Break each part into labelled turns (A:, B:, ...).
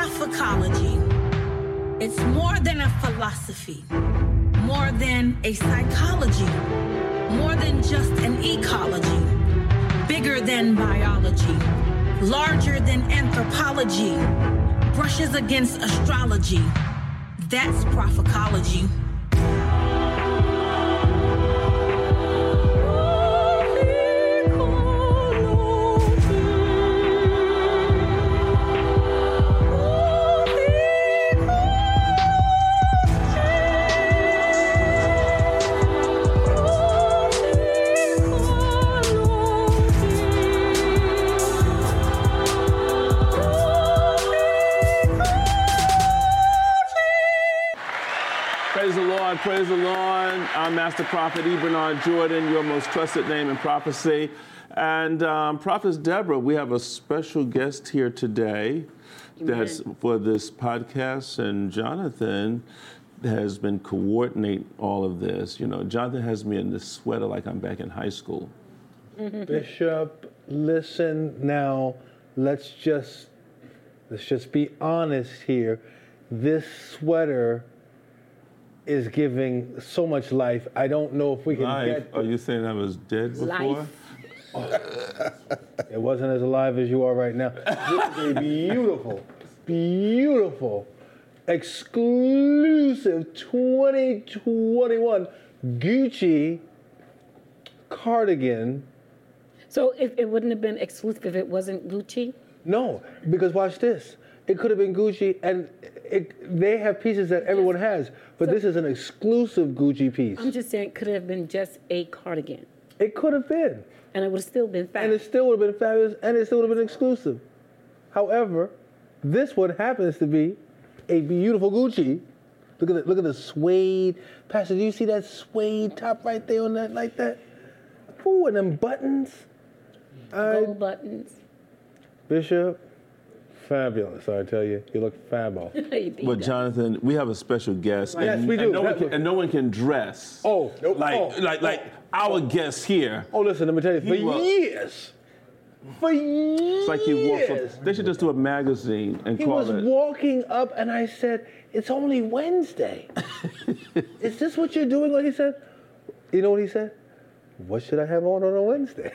A: psychology. It's more than a philosophy, more than a psychology, more than just an ecology, bigger than biology, larger than anthropology, brushes against astrology. That's prophecology.
B: Praise the Lord, praise the Lord. I'm Master Prophet E. Bernard Jordan, your most trusted name in prophecy. And um, Prophet Deborah, we have a special guest here today that's for this podcast. And Jonathan has been coordinating all of this. You know, Jonathan has me in this sweater like I'm back in high school.
C: Bishop, listen now. Let's just let's just be honest here. This sweater is giving so much life. I don't know if we can
B: Life,
C: get.
B: are you saying I was dead before?
D: Life.
C: It wasn't as alive as you are right now. This is a beautiful, beautiful, exclusive 2021 Gucci cardigan.
D: So if it wouldn't have been exclusive if it wasn't Gucci.
C: No, because watch this. It could have been Gucci, and it, they have pieces that everyone has, but this is an exclusive Gucci piece.
D: I'm just saying, could it have been just a cardigan,
C: it could have been,
D: and it would have still been
C: and it
D: fat.
C: still would have been fabulous, and it still would have been exclusive. However, this one happens to be a beautiful Gucci. Look at the, look at the suede. Pastor, do you see that suede top right there on that like that? Ooh, and them buttons,
D: Gold buttons.
C: Bishop. Fabulous, I tell you. You look fabulous.
B: But Jonathan, we have a special guest.
C: Yes,
B: and,
C: we do.
B: And no, one
C: That-
B: can, and no one can dress.
C: Oh, nope.
B: like
C: Oh.
B: like like our guest here.
C: Oh, listen, let me tell you, for
B: He was-
C: years, for years,
B: It's like he walks up. They should just do a magazine and
C: He
B: call
C: was
B: it.
C: walking up, and I said, "It's only Wednesday. Is this what you're doing?" What he said, you know what he said? What should I have on on a Wednesday?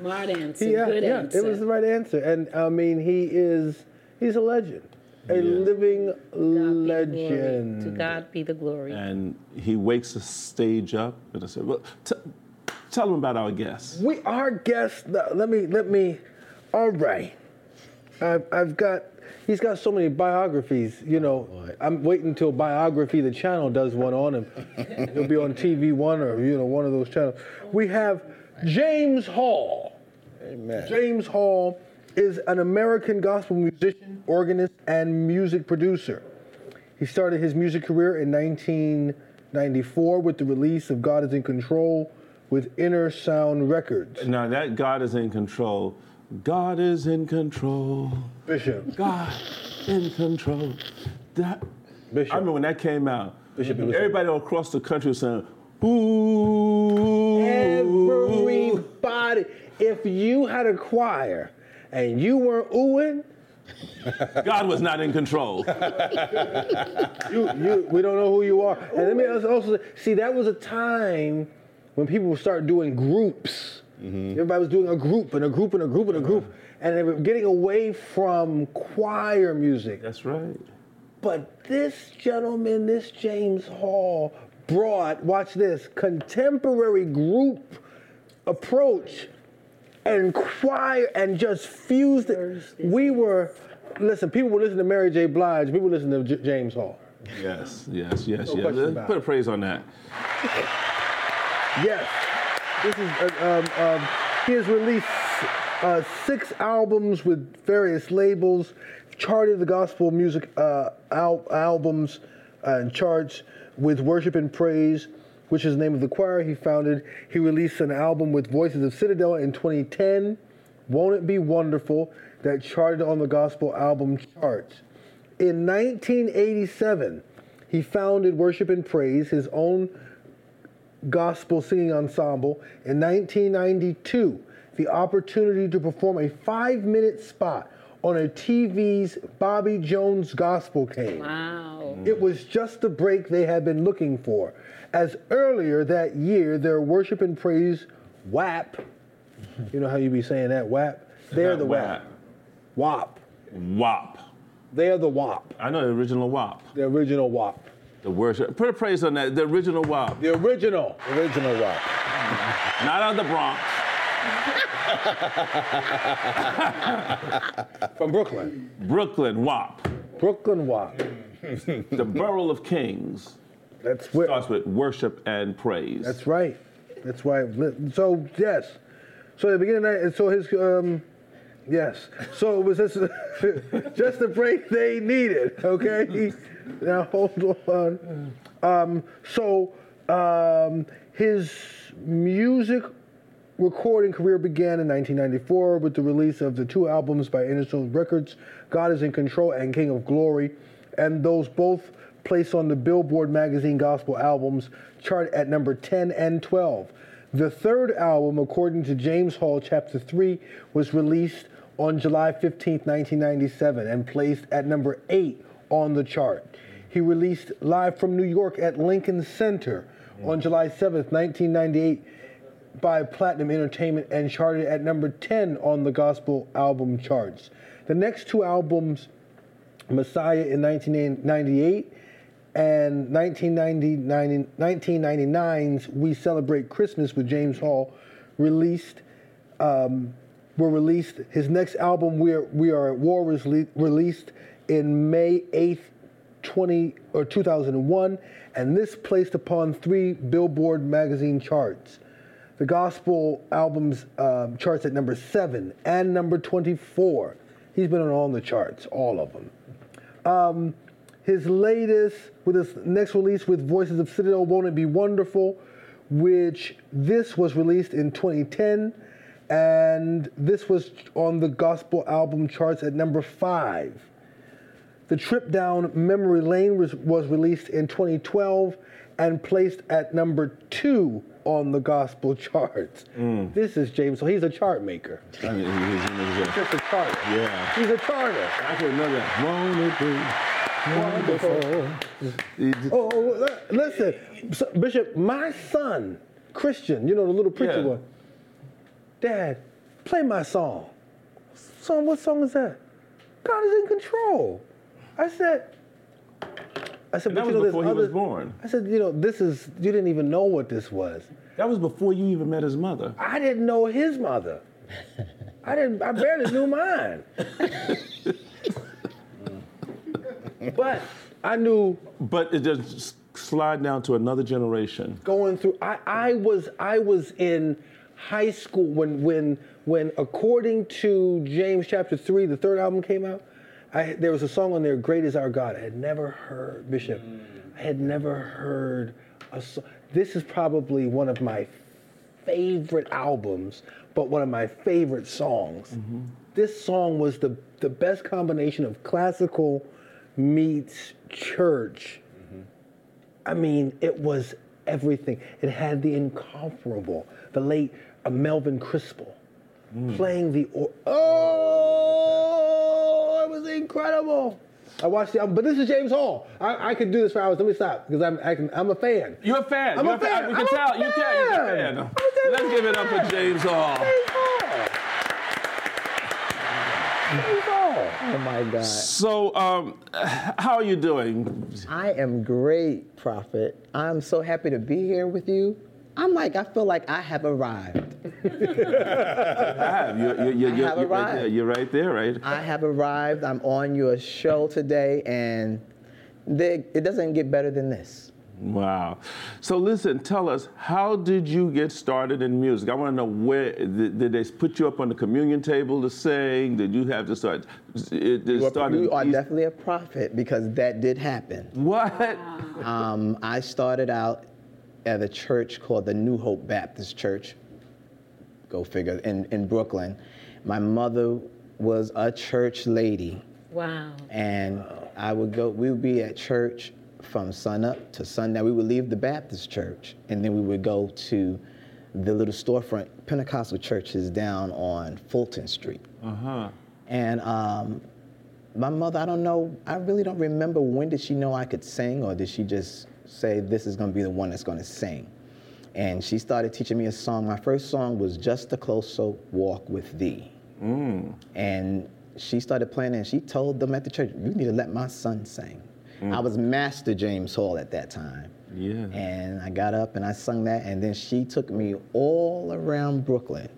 D: Smart answer.
C: yeah,
D: good
C: yeah,
D: answer.
C: it was the right answer, and I mean, he is—he's a legend, a living
D: God be the glory.
C: legend.
D: To God be the glory.
B: and he wakes the stage up, and I said, "Well, t- tell him about our guest."
C: We our guest. Let me let me. All right, I've I've got. He's got so many biographies. You know, I'm waiting until biography the channel does one on him. He'll be on TV One or you know one of those channels. We have James Hall.
E: Amen.
C: James Hall is an American gospel musician, organist, and music producer. He started his music career in 1994 with the release of God is in Control with Inner Sound Records.
B: Now that God is in control. God is in control.
C: Bishop.
B: God in control. That,
C: Bishop.
B: I remember when that came out.
C: Bishop, it was-
B: everybody all across the country was saying, "Ooh."
C: Everybody, if you had a choir and you weren't oohing,
B: God was not in control.
C: you, you, we don't know who you are. And let me also- also say- see that was a time when people started doing groups. Everybody was doing a group and a group and a group and a group, and they were getting away from choir music.
B: That's right.
C: But this gentleman, this James Hall, brought watch this contemporary group approach and choir and just fused it. We were listen. People were listening to Mary J. Blige. People were listening to J- James Hall.
B: Yes, yes, yes, yes.
C: No question
B: Let's
C: about
B: Put a
C: it.
B: praise on that.
C: Yes. This is, uh, um, um, he has released uh, six albums with various labels, charted the gospel music uh, al- albums and charts with Worship and Praise, which is the name of the choir he founded. He released an album with Voices of Citadel in 2010, Won't It Be Wonderful, that charted on the gospel album charts. In 1987, he founded Worship and Praise, his own gospel singing ensemble in 1992 the opportunity to perform a five minute spot on a TV's Bobby Jones gospel cane.
D: Wow.
B: Mm.
C: It was just the break they had been looking for, as earlier that year their worship and praise WAP, you know how you be saying that WAP? They're the WAP. WAP.
B: WAP.
C: They are the WAP.
B: I know the original WAP.
C: The original WAP.
B: The worship. Put a praise on that. The original WAP.
C: The original, original WAP.
B: Not out of the Bronx.
C: From Brooklyn.
B: Brooklyn WAP.
C: Brooklyn WAP.
B: The Borough of Kings
C: That's where.
B: starts with worship and praise.
C: That's right. That's why. it lit- So yes. So at the beginning of that, and so his um, yes. So it was just just the break they needed. Okay. now hold on. Um, so um, his music recording career began in 1994 with the release of the two albums by Interzone Records, God is in Control and King of Glory, and those both placed on the Billboard magazine gospel albums chart at number 10 and 12. The third album, according to James Hall, Chapter 3, was released on July 15, 1997, and placed at number 8 on the chart. He released Live from New York at Lincoln Center on July 7, 1998 by Platinum Entertainment and charted at number 10 on the gospel album charts. The next two albums, Messiah in 1998 and 1990 1999's We Celebrate Christmas with James Hall, released um, were released. His next album, We Are, we Are at War, was le- released in May 8th, 20 or 2001, and this placed upon three Billboard magazine charts. The gospel albums um, charts at number seven and number 24. He's been on all the charts, all of them. Um, his latest, with his next release with Voices of Citadel, Won't It Be Wonderful, which this was released in 2010, and this was on the gospel album charts at number five. The Trip Down Memory Lane was, was released in 2012 and placed at number two on the gospel charts. This is James. So he's a chart maker.
B: I mean, he's- he's- he's-
C: Just a charter.
B: Yeah.
C: He's a charter.
B: I can remember that. Won't it be wonderful? He did-
C: Oh, oh, li- listen, so, Bishop, my son, Christian, you know the little preacher
B: Yeah.
C: one. Dad, play my song. Son, what song is that? God is in control. I said. I said,
B: And that was
C: but you know, there's
B: before he was
C: other-
B: born.
C: I said, you know, this is. You didn't even know what this was.
B: That was before you even met his mother.
C: I didn't know his mother. I didn't. I barely knew mine. but I knew
B: But it just slide down to another generation.
C: going through I, I was I was in high school when when when according to James chapter 3 the third album came out I, there was a song on there great is our God I had never heard Bishop I had never heard a song this is probably one of my favorite albums but one of my favorite songs this song was the the best combination of classical meets church I mean, it was everything. It had the incomparable, the late uh, Melvin Crispell
E: Mm.
C: playing the. Or- oh, it was incredible. I watched the album, but this is James Hall. I, I could do this for hours. Let me stop because I'm I can, I'm a fan.
B: You're a fan.
C: I'm
B: You're
C: a fan.
B: We
C: I'm
B: can
C: a
B: tell. You can. You're a
C: fan.
B: fan.
C: I'm a
B: Let's give it up
C: fan.
B: for James Hall.
C: James Hall. James Hall.
E: Oh my God.
B: So, um, how are you doing?
E: I am great, Prophet. I'm so happy to be here with you. I'm like, I feel like I have arrived.
B: I have. You're, you're, you're,
E: I
B: you're,
E: have
B: you're right
E: arrived.
B: there. You're right there, right?
E: I have arrived. I'm on your show today, and they, it doesn't get better than this.
B: Wow. So listen, tell us, how did you get started in music? I want to know where did, did they put you up on the communion table to sing? Did you have to start? It, it
E: You are,
B: started.
E: you are
B: eas-
E: definitely a prophet because that did happen.
B: What?
E: Um, I started out at a church called the New Hope Baptist Church. Go figure. In, in Brooklyn, my mother was a church lady.
D: Wow.
E: and I would go. We would be at church from sunup to sundown. We would leave the Baptist church, and then we would go to the little storefront Pentecostal church is down on Fulton Street.
B: Uh-huh.
E: And um, my mother, I don't know, I really don't remember when did she know I could sing or did she just say, this is going to be the one that's going to sing. And she started teaching me a song. My first song was Just a Closer Walk with Thee.
B: Mm.
E: And she started playing it, and she told them at the church, you need to let my son sing. I was Master James Hall at that time.
B: Mm. Yeah.
E: And I got up and I sung that, and then she took me all around Brooklyn.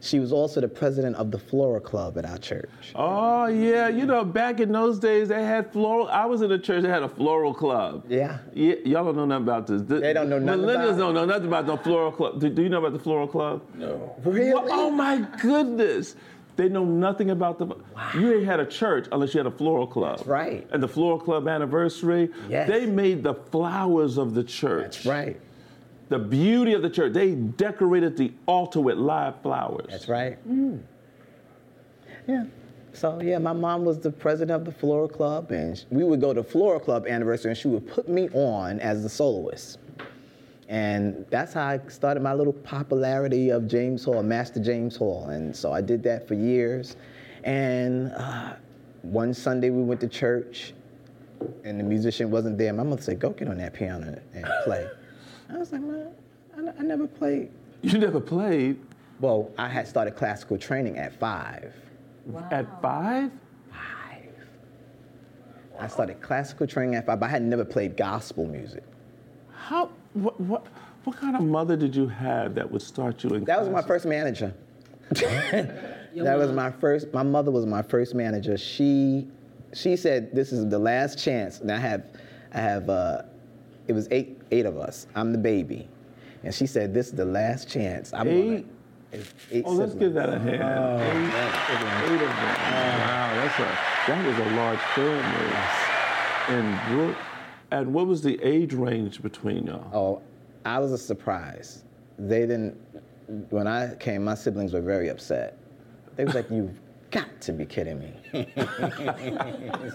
E: She was also the president of the Flora Club at our church.
B: Oh yeah, you know, back in those days they had floral. I was in a church that had a floral club.
E: Yeah.
B: Yeah, y'all don't know nothing about this. Th-
E: They don't know nothing
B: Millennials
E: about it.
B: don't know nothing about the floral club. Do, do you know about the floral club? No.
E: Really?
B: Oh my goodness. They know nothing about the. You ain't had a church unless you had a floral club.
E: right.
B: And the floral club anniversary.
E: Yes.
B: They made the flowers of the church.
E: That's right.
B: The beauty of the church. They decorated the altar with live flowers.
E: That's right. Mm. Yeah. So yeah, my mom was the president of the Flora Club, and sh- we would go to Flora Club anniversary, and she would put me on as the soloist. And that's how I started my little popularity of James Hall, Master James Hall. And so I did that for years. And uh, one Sunday we went to church, and the musician wasn't there. My mother said, "Go get on that piano and play." I was like, "Mom, I, n- I never played."
B: You never played
E: Well, I had started classical training at five.
B: at five?
E: I started classical training at five, but I had never played gospel music.
B: How? What? What? What kind of mother did you have that would start you in?
E: That was my
B: class?
E: first manager. that was my first. My mother was my first manager. She, she said, "This is the last chance." And I have, I have. Uh, it was eight, eight of us. I'm the baby, and she said, "This is the last chance." I'm
B: Eight?
E: Gonna, it's eight
B: Oh, let's give
E: siblings.
B: that a hand.
E: Yeah.
B: Eight of them. Wow, that's a that was a large family in Brook. And what was the age range between y'all?
E: Oh, I was a surprise. They didn't. When I came, my siblings were very upset. They was like, "You've got to be kidding me!" so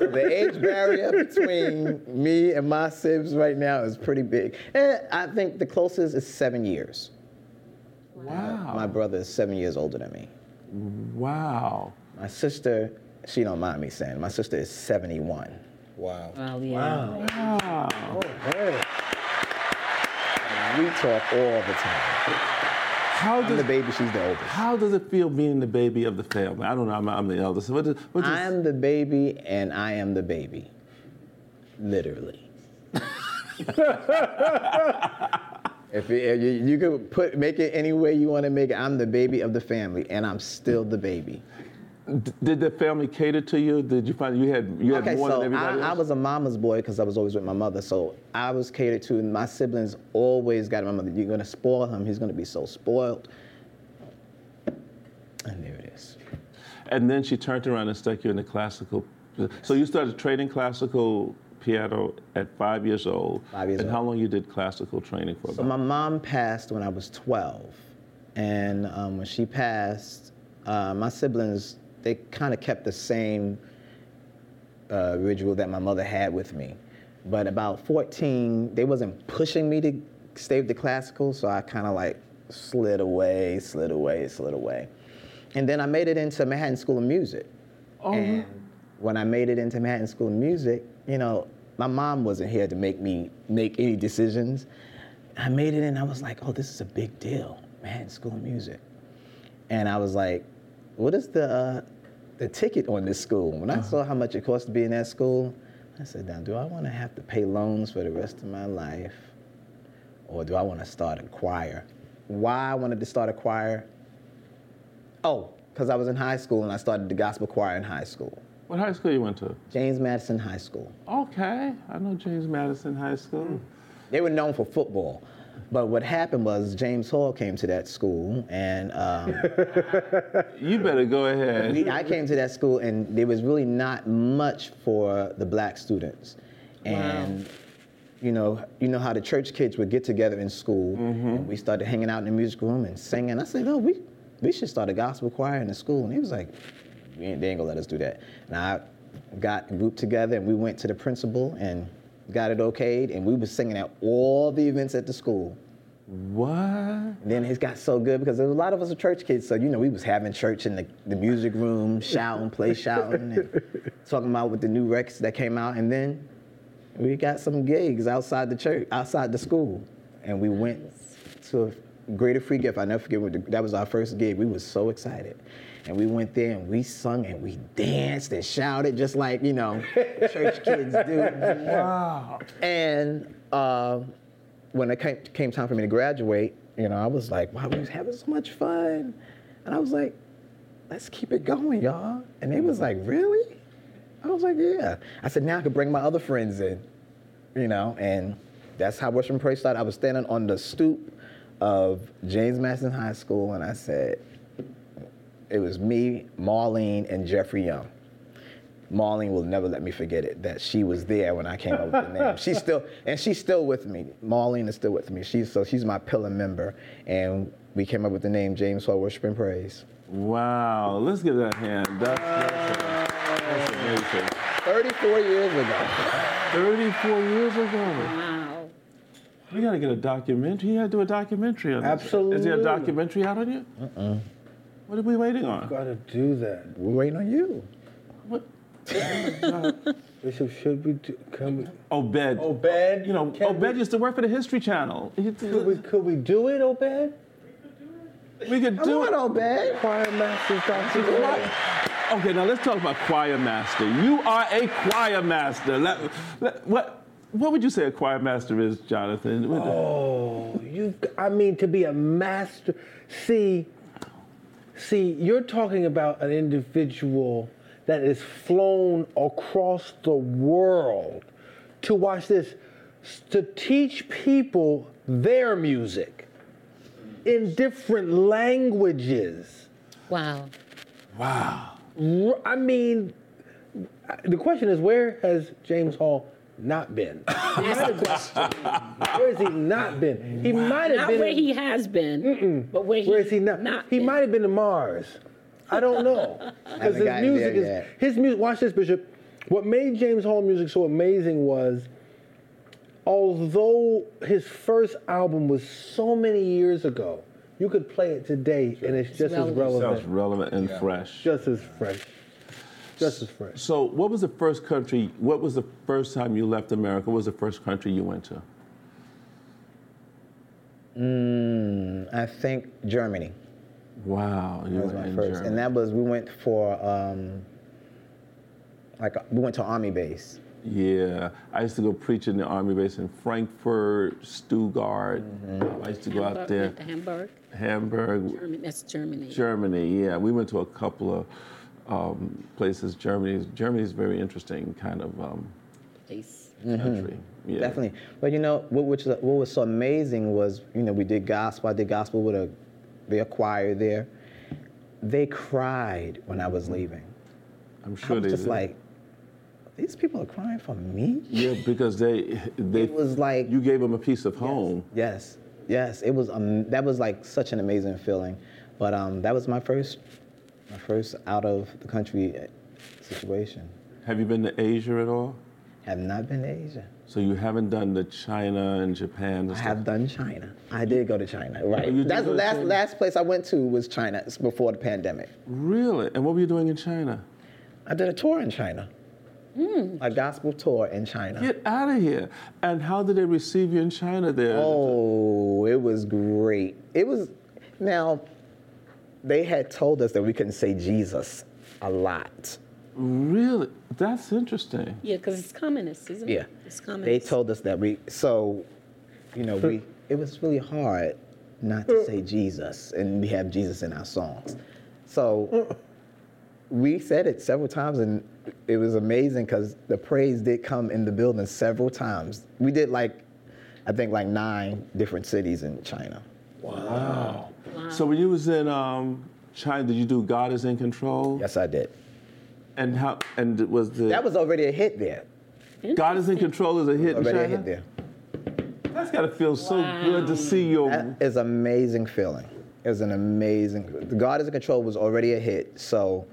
E: the age barrier between me and my sibs right now is pretty big. Eh, I think the closest is seven years.
B: wow.
E: My brother is seven years older than me.
B: wow.
E: My sister, she don't mind me saying, my sister is 71.
F: Wow.
D: Wow, yeah.
B: Wow.
E: We talk all the time.
B: How
E: I'm the
B: does
E: baby, she's the oldest.
B: how does it feel being the baby of the family? I don't know. I'm, I'm the eldest. What does, what does,
E: I am the baby and I am the baby. Literally. if you, you, you could put make it any way you want to make it, I'm the baby of the family and I'm still the baby.
B: d- did the family cater to you? Did you find you had you had
E: okay,
B: more
E: so
B: than everybody
E: I, I
B: else?
E: was a mama's boy because I was always with my mother. So I was catered to, and my siblings always got my mother. You're gonna spoil him. He's gonna be so spoiled. And there it is.
B: and then she turned around and stuck you in the classical. So you started training classical piano at five years old.
E: Five years
B: and
E: old.
B: how long you did classical training for?
E: So my mom passed when I was 12, and um, when she passed, uh, my siblings they kind of kept the same uh, ritual that my mother had with me, but about 14, they wasn't pushing me to stay with the classical, so I kind of like slid away, slid away, slid away, and then I made it into Manhattan School of Music. And when I made it into Manhattan School of Music, you know, my mom wasn't here to make me make any decisions. I made it and I was like, oh, this is a big deal, Manhattan School of Music. And I was like, what is the, uh, the ticket on this school? When I saw how much it cost to be in that school, I said, now, do I want to have to pay loans for the rest of my life? Or do I want to start a choir? Why I wanted to start a choir? Oh, because I was in high school and I started the gospel choir in high school.
B: What high school you went to?
E: James Madison High School.
B: Okay, I know James Madison High School.
E: They were known for football. But what happened was James Hall came to that school, and um,
B: Hmm. You better go ahead.
E: we, I came to that school, and there was really not much for the black students. And you know, you know how the church kids would get together in school, and we started hanging out in the music room and singing. I said, "Oh, we we should start a gospel choir in the school." And he was like, "We ain't- "They ain't gonna let us do that." And I got grouped together, and we went to the principal and got it okayed, and we were singing at all the events at the school.
B: What?
E: Then it got so good because there was a lot of us are church kids, so you know we was having church in the, the music room, shouting, play shouting, and talking about with the new records that came out. And then we got some gigs outside the church, outside the school, and we went to a Greater Free Gift. I never forget what the, that was our first gig. We was so excited, and we went there and we sung and we danced and shouted just like you know church kids do.
B: Wow.
E: And uh, when it came, came time for me to graduate, you know, I was like, wow, we was having so much fun. And I was like, let's keep it going, y'all. And they was like, really? I was like, yeah. I said, now I could bring my other friends in, you know, and that's how Worship and Praise started. I was standing on the stoop of James Madison High School, and I said, it was me, Marlene, and Jeffrey Young. Marlene will never let me forget it that she was there when I came up with the name. She's still and she's still with me. Marlene is still with me. She's so she's my pillar member, and we came up with the name James Hall Worship and Praise.
B: Wow. Let's give that a hand. That's, that's, that's amazing.
E: 34 years ago.
B: 34 years ago.
D: Wow.
B: We gotta get a documentary. You gotta do a documentary on this. Is there a
C: Absolutely.
B: documentary out on you? Uh-uh. What are we waiting on?
C: Gotta do that.
E: We're waiting on you.
B: What?
C: Bishop, should we do, come?
B: Obed.
C: Obed,
B: You know,
C: can
B: Obed
C: we-
B: used to work for the History Channel. He-
C: Could we, could we do it, Obed?
B: We could do it.
E: Obed.
C: Choir Masters documentary.
B: Okay, now let's talk about choir master. You are a choir master. Let- let- what, what would you say a choir master is, Jonathan? What-
C: Oh, you! I mean, to be a master. See, see, you're talking about an individual that is flown across the world to watch this, s- to teach people their music in different languages.
D: Wow.
B: Wow.
C: R- I mean, I- the question is, where has James Hall? Not been. Where has he not been? He might have
D: Not
C: been.
D: where
C: in-
D: he has been, but where he,
C: Where is he now? he
D: been.
C: might have been to Mars. I don't know. Because
E: Haven't
C: his
E: gotten
C: music
E: there
C: is
E: yet.
C: his music. Watch this, Bishop. What made James Hall music so amazing was, although his first album was so many years ago, you could play it today and it's just as
D: relevant.
E: Oh,
B: Sounds
C: relevant,
B: relevant and fresh.
C: just as fresh, just as fresh.
B: So, what was the first country? What was the first time you left America? What was the first country you went to?
E: Mm, I think Germany
B: Wow, you went
E: was my
B: in
E: first,
B: Germany.
E: and that was we went for um, like a, we went to army base.
B: yeah, I used to go preach in the army base in Frankfurt, Stuttgart.
E: Mm-hmm.
B: I used to go out there,
D: Hamburg, Hamburg,
B: Hamburg,
D: Germany, that's Germany.
B: Germany. Yeah, we went to a couple of um, places. Germany, Germany is very interesting kind of um,
D: Place.
B: country. Yeah.
E: Mm-hmm. Definitely. But you know what? Which what was so amazing was you know we did gospel. I did gospel with a the choir there. They cried when I was leaving.
B: I'm
E: I
B: sure
E: was
B: they
E: just
B: did.
E: like, these people are crying for me.
B: yeah, because they they
E: It was like-
B: you gave them a piece of home.
E: Yes, yes. It was um, that was like such an amazing feeling. But um, that was my first my first out of the country situation.
B: Have you been to Asia at all?
E: Have not been to Asia.
B: So you haven't done the China and Japan. And
E: I
B: stuff?
E: have done China. I did go to China. Right.
B: Oh, you did
E: That's
B: go
E: the
B: to
E: last
B: China.
E: last place I went to was China It's before the pandemic.
B: Really? And what were you doing in China?
E: I did a tour in China.
B: Hmm.
E: A gospel tour in China.
B: Get out of here! And how did they receive you in China there?
E: Oh, it was great. It was now they had told us that we couldn't say Jesus a lot.
B: Really? That's interesting.
D: Yeah, because it's communist, isn't it?
E: Yeah.
D: It's
E: They
D: communist.
E: told us that we so you know, we it was really hard not to say Jesus and we have Jesus in our songs. So we said it several times and it was amazing because the praise did come in the building several times. We did like I think like nine different cities in China.
B: So when you was in um, China, did you do God is in control?
E: Yes, I did.
B: And how? And was the
E: That was already a hit there.
B: God is in control is a hit in
E: Already a
B: China?
E: hit there.
B: That's gotta feel so good to see your.
E: That is amazing feeling. It was an amazing. God is in control was already a hit, so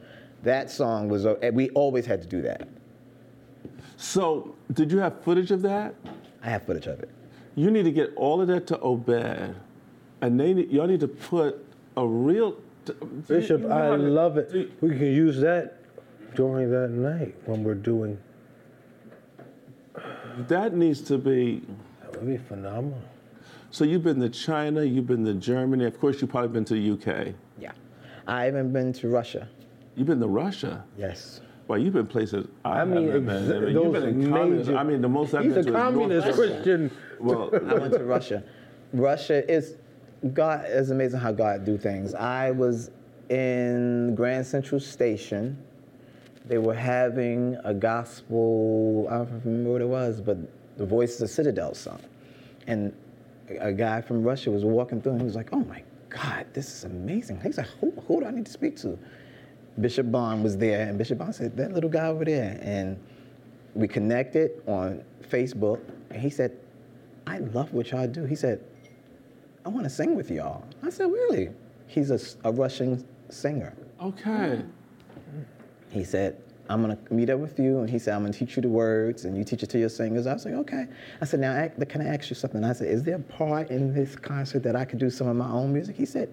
E: that song was. a- and We always had to do that.
B: so did you have footage of that?
E: I have footage of it.
B: You need to get all of that to Obed, and they need, y'all need to put a real
C: Bishop,
B: You know
C: I
B: how to-
C: love it.
B: do you-
C: We can use that during that night when we're doing.
B: That needs to be.
C: That would be phenomenal.
B: So you've been to China, you've been to Germany. Of course, you've probably been to the UK.
E: Yeah. I even been to Russia.
B: You've been to Russia.
E: Yes.
B: Well, you've been places I,
C: I mean,
B: haven't
C: exa-
B: been. I mean, you've
C: those
B: been in communist.
C: major-
B: I mean, the most I've
C: He's
B: been
C: a
B: to is North
C: communist
B: Korea.
C: Christian.
B: Well,
E: I went to Russia. Russia is God is amazing how God do things. I was in Grand Central Station. They were having a gospel. I don't remember what it was, but the Voice of the Citadel song, and a guy from Russia was walking through, and he was like, "Oh my God, this is amazing." He's like, "Who, who do I need to speak to?" Bishop Bond was there, and Bishop Bond said, "That little guy over there," and we connected on Facebook, and he said, I love what y'all do. He said, I want to sing with y'all. I said, Really? He's a, s- a Russian singer.
B: okay.
E: He said, I'm going to meet up with you. And he said, I'm going to teach you the words and you teach it to your singers. I was like, Okay. I said, Now, act- can I ask you something? I said, Is there a part in this concert that I could do some of my own music? He said,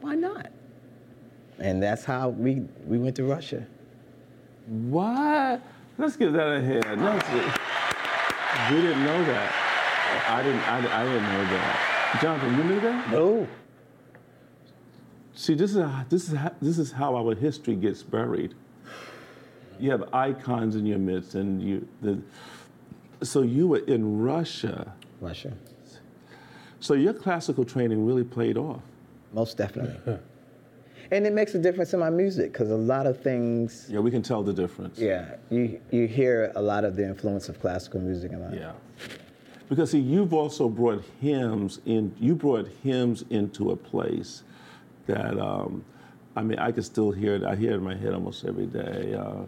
E: Why not? And that's how we, we went to Russia.
B: What? Let's give that a hand. Let's we didn't know that. I didn't. I, I didn't know that. Jonathan, you knew that?
C: Oh,
B: See, this is how, this is how, this is how our history gets buried. You have icons in your midst, and you. The, so you were in Russia.
E: Russia.
B: So your classical training really played off.
E: Most definitely. and it makes a difference in my music because a lot of things
B: Yeah, we can tell the difference.
E: Yeah, you you hear a lot of the influence of classical music in that.
B: Yeah. Because see, you've also brought hymns in. You brought hymns into a place that, um, I mean, I can still hear it. I hear it in my head almost every day. Uh,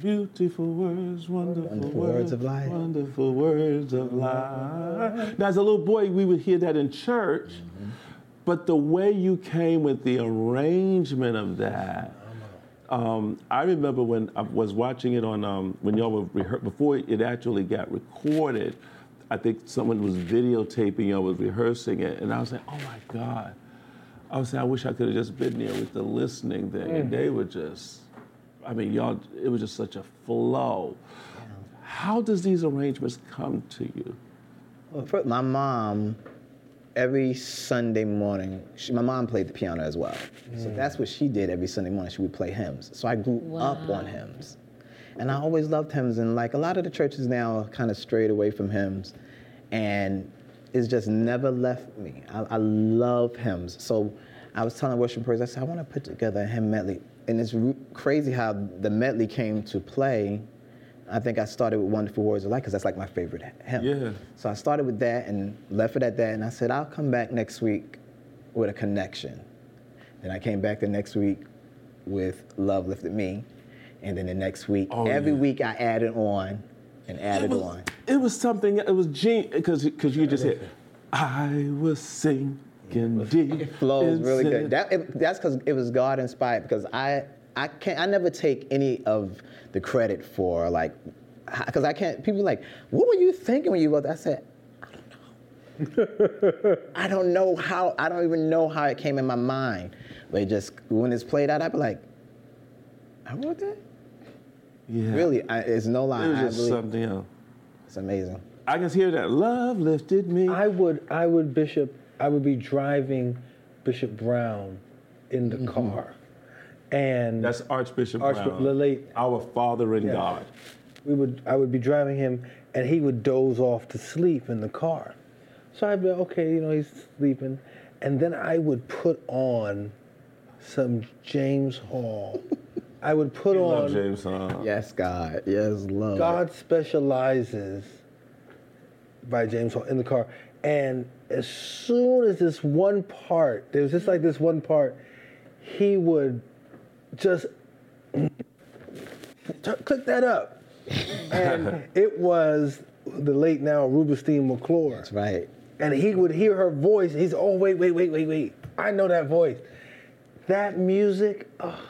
B: Beautiful words, wonderful,
E: Wonderful words of life.
B: Wonderful words of life. Now, as a little boy, we would hear that in church,
E: Mm-hmm.
B: but the way you came with the arrangement of that, um, I remember when I was watching it on um, when y'all were rehear- before it actually got recorded. I think someone was videotaping y'all was rehearsing it, and I was like, "Oh my God!" I was saying, "I wish I could have just been there with the listening thing." And they were just, I mean, y'all, it was just such a flow. How does these arrangements come to you?
E: Well, fir- my mom, every Sunday morning, she, my mom played the piano as well. So that's what she did every Sunday morning. She would play hymns. So I grew up on hymns. And I always loved hymns. And like a lot of the churches now are kind of strayed away from hymns. And it's just never left me. I, I love hymns. So I was telling worship prayers, I said, I want to put together a hymn medley. And it's r- crazy how the medley came to play. I think I started with Wonderful Words of Life because that's like my favorite hymn.
B: Yeah.
E: So I started with that and left it at that. And I said, I'll come back next week with a connection. Then I came back the next week with Love Lifted Me. And then the next week,
B: Oh,
E: every
B: yeah.
E: week I added on and added
B: It was,
E: on.
B: it was something. It was genius because because you just hit. I was sinking deep.
E: It flows really
B: inside."
E: good. That, it, that's because it was God inspired. Because I I can't I never take any of the credit for like because I can't. People like, what were you thinking when you wrote that? I said, I don't know. I don't know how. I don't even know how it came in my mind. But it just when it's played out, I'd be like, I wrote that.
B: Yeah.
E: Really, I, it's no
B: It
E: lie.
B: was
E: I
B: just
E: believe-
B: something else.
E: it's amazing.
B: I can hear that. Love lifted me.
C: I would, I would, Bishop, I would be driving Bishop Brown in the car, and
B: Mm-hmm. That's Archbishop
C: Archbishop
B: Brown.
C: the late-
B: Our Father in
C: Yeah.
B: God.
C: we would, I would be driving him, and he would doze off to sleep in the car. So I'd be okay, you know, he's sleeping, and then I would put on some James Hall. I would put
B: Love
C: on
B: James Hall.
E: Yes, God. Yes, love.
C: God Specializes by James Hall in the car. And as soon as this one part, there was just like this one part, he would just t- click that up. And it was the late now Rubenstein McClure.
E: That's right.
C: And he would hear her voice. He's, oh, wait, wait, wait, wait, wait. I know that voice. That music, oh,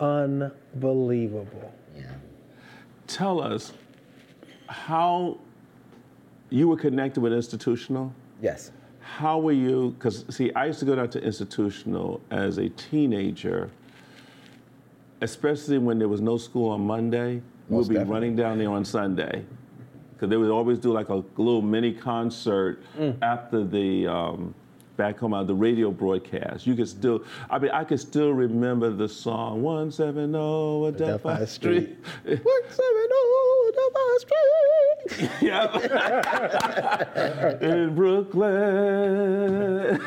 C: unbelievable.
E: Yeah.
B: Tell us how you were connected with institutional?
E: Yes.
B: How were you? Because see, I used to go down to institutional as a teenager, especially when there was no school on Monday.
E: Most
B: we'd be
E: definitely.
B: running down there on Sunday because they would always do like a little mini concert
E: Mm.
B: after the um, back home out the radio broadcast. You could still, I mean, I could still remember the song "One Seven Zero Adelphi
E: Adelphi
B: Street."
E: Street.
B: One Seven Zero Adelphi Street. yeah, in Brooklyn.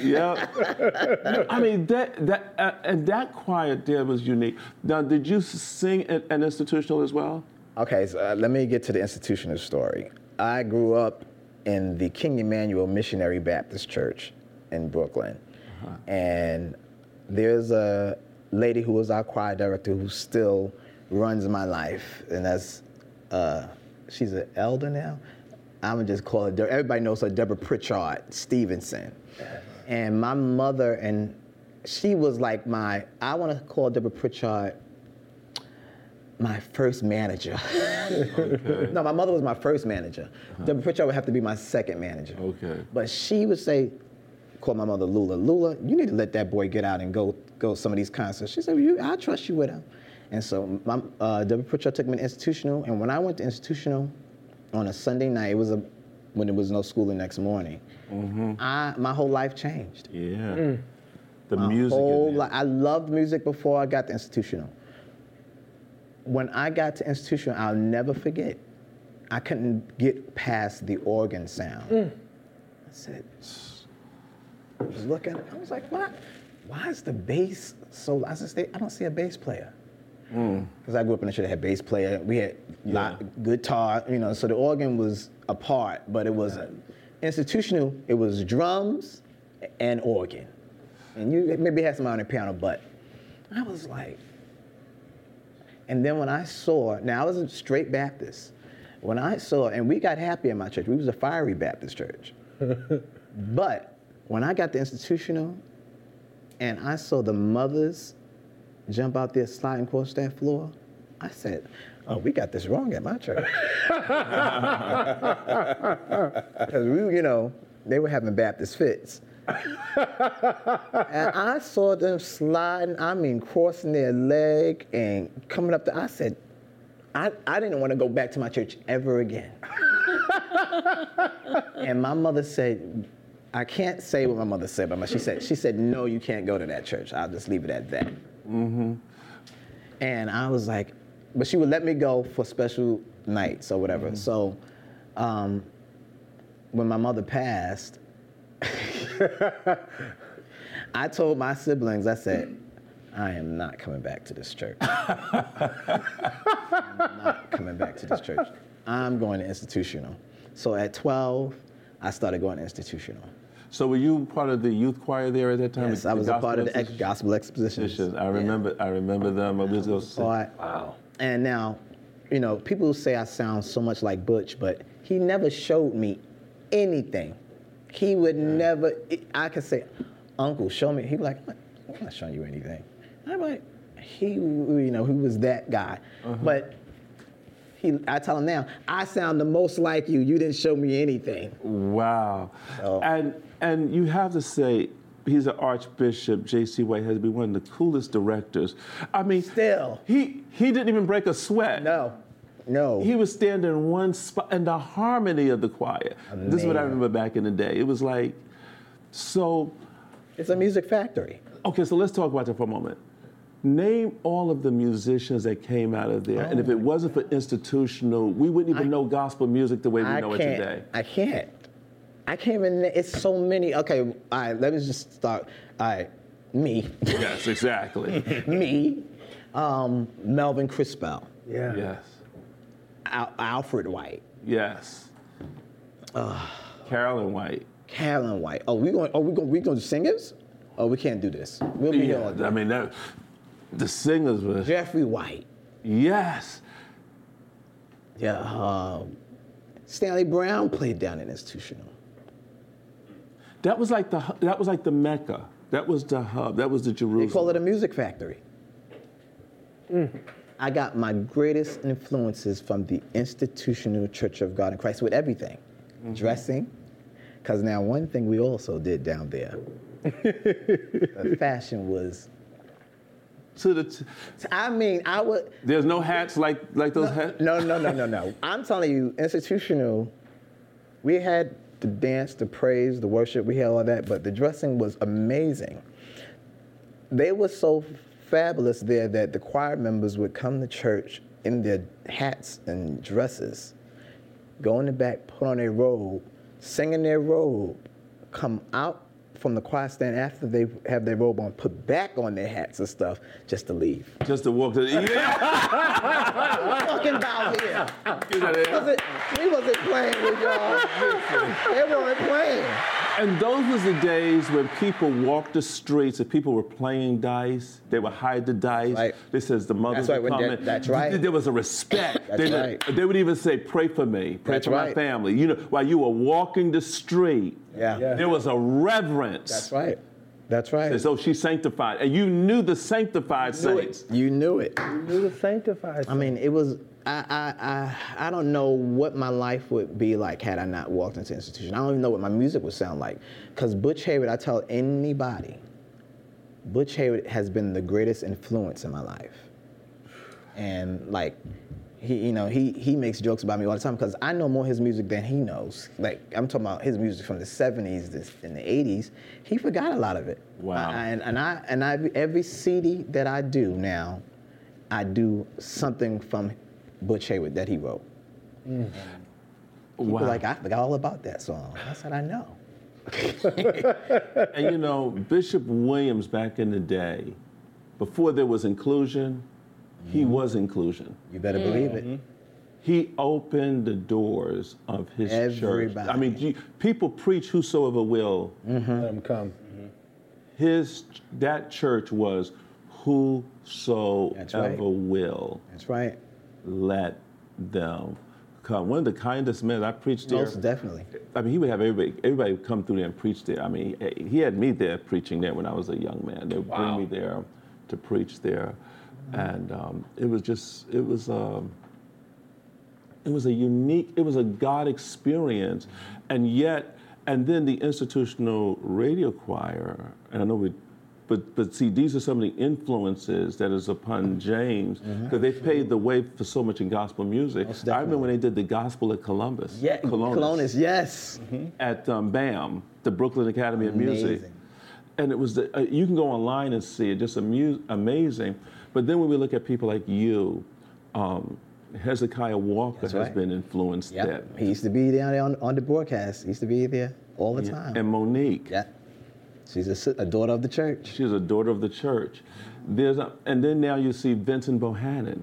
B: Yep. I mean that that uh, and that choir there was unique. Now, did you sing at an institutional as well?
E: Okay, so uh, let me get to the institutional story. I grew up in the King Emmanuel Missionary Baptist Church in Brooklyn. And there's a lady who was our choir director who still runs my life. And that's, uh, she's an elder now. I'm gonna just call her, Deb- everybody knows her, Deborah Pritchard Stevenson. And my mother, and she was like my, I wanna call Deborah Pritchard my first manager. no, my mother was my first manager. Deborah Pritchard would have to be my second manager.
B: Okay.
E: But she would say, call my mother Lula, Lula, you need to let that boy get out and go go some of these concerts. She said, you, I trust you with him. And so my, uh, Deborah Pritchard took me to institutional, and when I went to institutional on a Sunday night, it was a, when there was no school the next morning. I, my whole life changed.
B: Yeah. The music. in
E: Mm. Whole
B: there.
E: li- I loved music before I got to institutional. When I got to institutional, I'll never forget. I couldn't get past the organ sound. I said, I was looking, I was like, what? Why is the bass so loud? I said, "They- I don't see a bass player. Because I grew up in a church that had bass player. We had lot-
B: Yeah.
E: guitar, you know, so the organ was a part, but it was institutional. It was drums and organ. And you maybe had somebody on the piano, but I was like, and then when I saw, now I was a straight Baptist. When I saw, and we got happy in my church, we was a fiery Baptist church. but when I got the institutional and I saw the mothers jump out there sliding across that floor, I said, Oh, we got this wrong at my church. Because we, you know, they were having Baptist fits. and I saw them sliding, I mean, crossing their leg and coming up to, I said, I, I didn't want to go back to my church ever again. and my mother said, I can't say what my mother said, but my- she said, she said, no, you can't go to that church. I'll just leave it at that. And I was like, but she would let me go for special nights or whatever. So um, when my mother passed, I told my siblings, I said, I am not coming back to this church. I'm not coming back to this church. I'm going to institutional. So at 12, I started going to institutional.
B: So were you part of the youth choir there at that time?
E: Yes,
B: The
E: I was a part of the ex-
B: gospel
E: gospel exposition.
B: institutions. I remember. I remember them. I was gonna say-
E: Wow. And now, you know, people say I sound so much like Butch, but he never showed me anything. He would never. I could say, Uncle, show me. He'd be like, I'm not, I'm not showing you anything. I'm like, he, you know, he was that guy.
B: Uh-huh.
E: But he, I tell him now, I sound the most like you. You didn't show me anything.
B: Wow.
E: Oh.
B: And and you have to say. He's an archbishop. J.C. White has been one of the coolest directors. I mean,
E: Still.
B: he he didn't even break a sweat.
E: No, no.
B: He was standing in one spot, and the harmony of the choir. This is what I
E: Amazing.
B: remember back in the day. It was like, so
E: it's a music factory.
B: Okay, so let's talk about that for a moment. Name all of the musicians that came out of there, and
E: Oh
B: if it wasn't for institutional, we wouldn't even know gospel music the way we
E: I
B: know it
E: can't,
B: today.
E: I can't. I can't even. It's so many. Okay, all right. Let me just start. All right, me,
B: Yes, exactly.
E: me, um, Melvin Crispell,
C: Yeah.
B: yes,
E: Al- Alfred White,
B: yes.
E: Ah.
B: Carolyn White.
E: Carolyn White. Oh, we going? Oh, we going? We going to singers? Oh, we can't do this. We'll be here all
B: I
E: day.
B: mean that. The singers were
E: Jeffrey White.
B: yes.
E: Yeah. Um, Stanley Brown played down in institutional.
B: That was like the hu- that was like the mecca. That was the hub. That was the
E: They
B: Jerusalem.
E: call it a music factory. I got my greatest influences from the institutional Church of God in Christ with everything, dressing, because now one thing we also did down there, the fashion was.
B: To the t-
E: I mean, I would.
B: there's no hats like like those hats.
E: No, no, no, no, no. I'm telling you, institutional, we had the dance, the praise, the worship, we had all that, but the dressing was amazing. They were so fabulous there that the choir members would come to church in their hats and dresses, go in the back, put on their robe, sing in their robe, come out from the choir stand after they have their robe on, put back on their hats and stuff, just to leave.
B: Just to walk to the. Yeah.
E: Talking about here.
B: Get out of here.
E: wasn't- we wasn't playing with y'all. they weren't playing.
B: And those was the days when people walked the streets and people were playing dice. They would hide the dice.
E: Right.
B: This is the mothers
E: That's right,
B: would
E: when
B: come
E: that-
B: in.
E: that's right.
B: There was a respect.
E: That's
B: they,
E: right.
B: would, they would even say, "Pray for me. Pray
E: That's
B: for my
E: right.
B: family." You know, while you were walking the street,
E: Yeah. Yeah.
B: there was a reverence.
E: That's right. That's right.
B: As though she sanctified, and you knew the sanctified saints.
E: You knew it.
C: You the sanctified.
E: I mean, it was. I, I, I, I don't know what my life would be like had I not walked into institution. I don't even know what my music would sound like. Because Butch Hayward, I tell anybody, Butch Hayward has been the greatest influence in my life. And like, he, you know, he, he makes jokes about me all the time because I know more his music than he knows. Like, I'm talking about his music from the 70s this, and the 80s. He forgot a lot of it.
B: Wow.
E: I- and, and I and I every CD that I do now, I do something from Butch Hayward that he wrote.
B: Wow.
E: People Like I forgot all about that song. I said I know.
B: And you know, Bishop Williams back in the day, before there was inclusion, he
E: Mm-hmm.
B: was inclusion.
E: You better believe it.
B: He opened the doors of his church. I
E: Everybody.
B: mean, you, people preach whosoever will.
C: Let them come.
B: His that church was whosoever
E: That's right.
B: will
E: That's right.
B: let them come. One of the kindest men I preached there.
E: Most definitely.
B: I mean, he would have everybody, everybody would come through there and preach there. I mean, eh, he had me there preaching there when I was a young man. They would
F: Wow.
B: bring me there to preach there, and um, it was just, it was, um, it was a unique, it was a God experience, and yet, and then the institutional radio choir, and I know we. But, but see, these are some of the influences that is upon James because they paved the way for so much in gospel music.
E: Mm-hmm. Most
B: I remember when they did the gospel at Columbus.
E: Yeah,
B: Colonus
E: Colonus. Yes.
B: at um, BAM, the Brooklyn Academy of Music.
E: Amazing.
B: And it was, the, uh, you can go online and see it, just amu- amazing. But then when we look at people like you, um, Hezekiah Walker
E: That's
B: has
E: right.
B: been influenced
E: Yep.
B: that.
E: He used to be down there on, on the broadcast. He used to be there all the time.
B: And Monique,
E: yeah. She's a, si- a daughter of the church,
B: she's a daughter of the church. There's a, and then now you see Vincent Bohannon,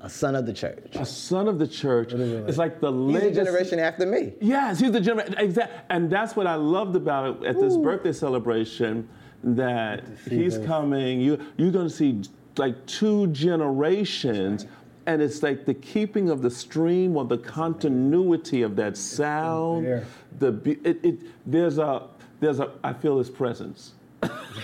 E: a son of the church.
B: a son of the church. It's like the
E: He's a
B: legacy.
E: generation after me.
B: Yes, he's the general. Exactly. And that's what I loved about it at this birthday celebration that he's coming. You, you're going to see like two generations. And it's like the keeping of the stream or the continuity of that sound.
C: there.
B: The be- it, it, there's a there's a I feel his presence.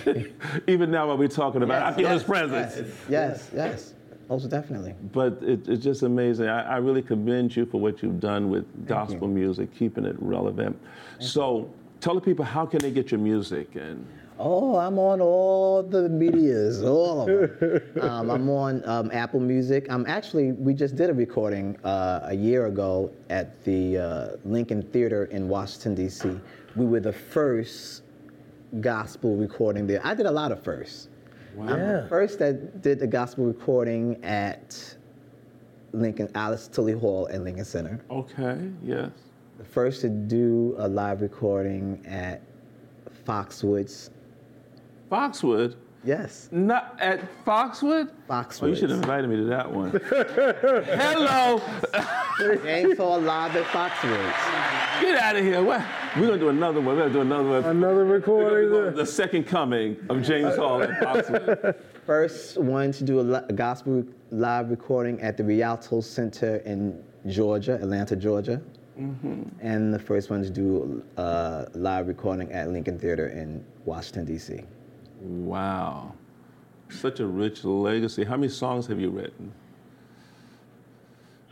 B: Even now, what we're talking about, I feel his presence.
E: Yes, yes, most definitely.
B: But it, it's just amazing. I, I really commend you for what you've done with gospel music, keeping it relevant. so tell the people how can they get your music and
E: Oh, I'm on all the medias, all of them. um, I'm on um, Apple Music. I'm actually, we just did a recording uh, a year ago at the uh, Lincoln Theater in Washington, D.C. We were the first gospel recording there. I did a lot of firsts. Wow.
C: Yeah.
E: first that did the gospel recording at Lincoln, Alice Tully Hall at Lincoln Center.
B: okay, yes,
E: The first to do a live recording at Foxwoods.
B: Foxwood.
E: Yes.
B: Not at Foxwood.
E: Foxwoods.
B: Oh, you should have invited me to that one. Hello,
E: Gang saw live at Foxwoods.
B: get out of here. What? We're gonna do another one. We're gonna do another one.
C: Another
B: We're gonna
C: recorder.
B: do the second coming of James Hall at Foxwood.
E: First one to do a, li- a gospel live recording at the Rialto Center in Georgia, Atlanta, Georgia.
B: Mm-hmm.
E: And the first one to do a live recording at Lincoln Theater in Washington, D.C.
B: Wow, such a rich legacy. How many songs have you written?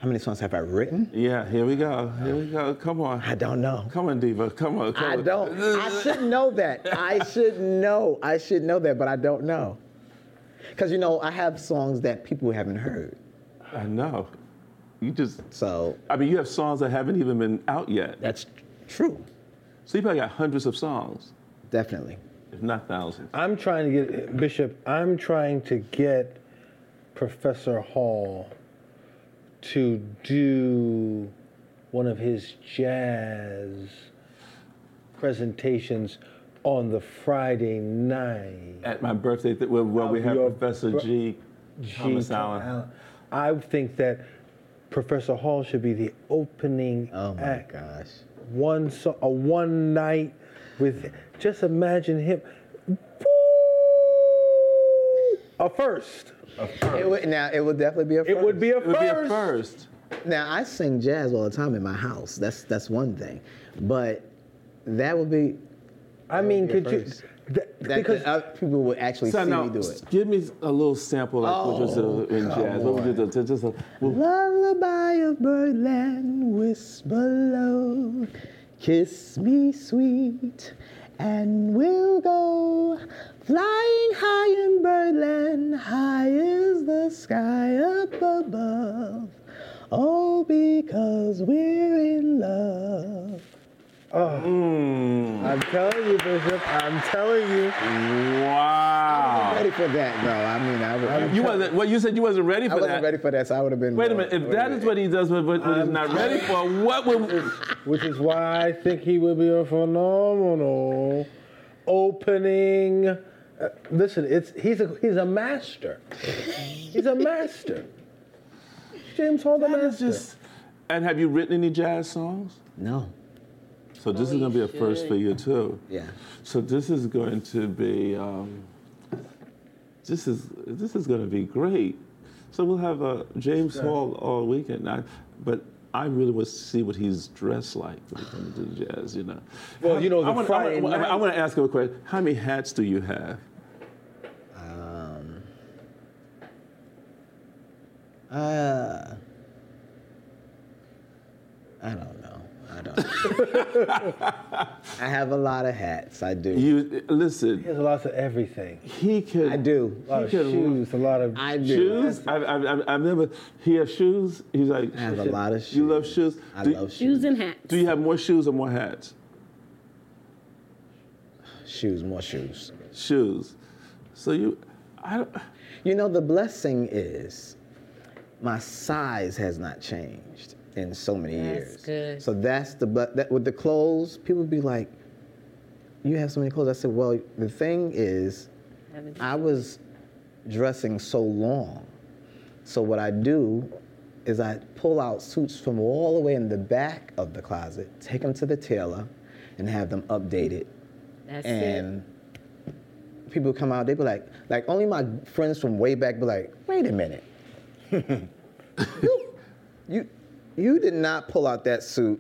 E: How many songs have I written?
B: Yeah, here we go. Here we go. Come on.
E: I don't know.
B: Come on, Diva. Come on. Come
E: I
B: on.
E: don't. I should know that. I should know. I should know that, but I don't know. Because you know, I have songs that people haven't heard.
B: I know. You just.
E: So
B: I mean, you have songs that haven't even been out yet.
E: that's true.
B: So you probably got hundreds of songs,
E: Definitely.
B: if not thousands.
C: I'm trying to get Bishop. I'm trying to get Professor Hall to do one of his jazz presentations on the Friday night.
B: At my birthday, th- where, where we
C: Of
B: have
C: your
B: Professor
C: bro-
B: G. Thomas
C: Gee,
B: Allen.
C: I think that Professor Hall should be the opening
E: Oh my
C: act.
E: gosh.
C: One so, a one night with just imagine him. A first.
E: It would, now it would definitely be a. First.
C: It would be a
B: It would
C: first.
B: be a first.
E: Now I sing jazz all the time in my house. That's that's one thing, but that would be
C: I mean,
E: be a
C: could you?
E: first.
C: th-
E: that uh,
C: because
E: because people would actually
B: So
E: see
B: now,
E: me do
B: s-
E: it.
B: give me a little sample like what just
E: Oh,
B: did in
E: come
B: jazz. What we did, just, just a, well,
E: Lullaby of birdland, whisper low, kiss me sweet, and we'll go flying high in birdland, high is the sky up above. Oh, because we're in love.
B: mm,
C: I'm telling you, Bishop. I'm telling you.
E: I'm
B: wow.
E: ready for that, though. I mean, I, would,
B: You wasn't. Well, you said you wasn't ready
E: I
B: for
E: wasn't
B: that.
E: ready for that, so I would have been.
B: Wait a
E: more-
B: minute. If
E: wait
B: that is what he does, but what, what he's
C: I'm
B: not ready for, what would?
C: Which is why I think he would be a phenomenal opening. Uh, listen, it's he's a he's a master. he's a master. James Hall, the
B: That is
C: master.
B: just. And have you written any jazz songs?
E: No.
B: So this is going to be a first for you too.
E: Yeah.
B: So this is going to be. Um, this is this is going to be great. So we'll have uh, James Hall all weekend. I, but I really want to see what he's dressed like when it comes to the jazz. You know.
C: Well, you know, the
B: I wanna,
C: Friday
B: I wanna, I
C: night-
B: want to ask him a question. How many hats do you have?
E: Um, uh, I don't know. I don't. know. I have a lot of hats. I do.
B: You listen.
C: He has lots of everything.
B: He can.
E: I do.
C: A lot of
B: He can-
C: shoes. A lot of.
E: I do.
B: Shoes? I've, I've, I've- I've never. He has shoes. He's like.
E: I have a lot of shoes.
B: You love shoes.
E: I
B: do,
E: love shoes.
D: Shoes and hats.
B: Do you have more shoes or more hats?
E: Shoes, more shoes.
B: Shoes. So you, I don't.
E: You know, the blessing is my size has not changed in so many years.
D: That's good.
E: So that's the but that with the clothes, people be like, "You have so many clothes." I said, "Well, the thing is,
D: Haven't-
E: I was dressing so long. So what I do is I pull out suits from all the way in the back of the closet, take them to the tailor, and have them updated
D: That's
E: and people come out, they be like, like only my friends from way back be like, wait a minute, you, you, you did not pull out that suit.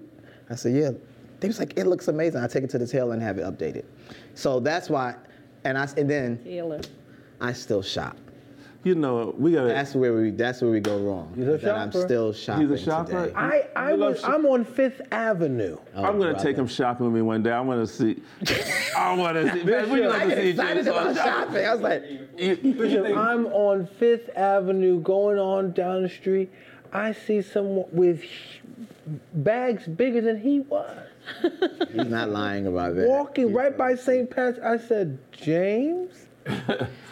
E: I said, yeah. They was like, it looks amazing. I take it to the tailor and have it updated. So that's why, and I and
D: it.
E: then
D: Taylor.
E: I still shop.
B: You know, we gotta.
E: That's where we that's where we go wrong.
C: You're a
E: that I'm
C: shopper.
E: still shopping
B: shopper?
E: today.
C: I I
B: You love
C: was,
B: shoes.
C: I'm on Fifth Avenue.
B: I'm gonna
E: brother.
B: take him shopping with me one day. I wanna see. I wanna see. Man, would you like
E: I
B: to
E: get
B: see
E: excited
B: James
E: about
B: Bond?
E: shopping. I was like,
B: You-
C: Bishop, I'm on Fifth Avenue going on down the street. I see someone with sh- bags bigger than he was
E: he's not lying about that.
C: walking right by St. Pat's. I said, James?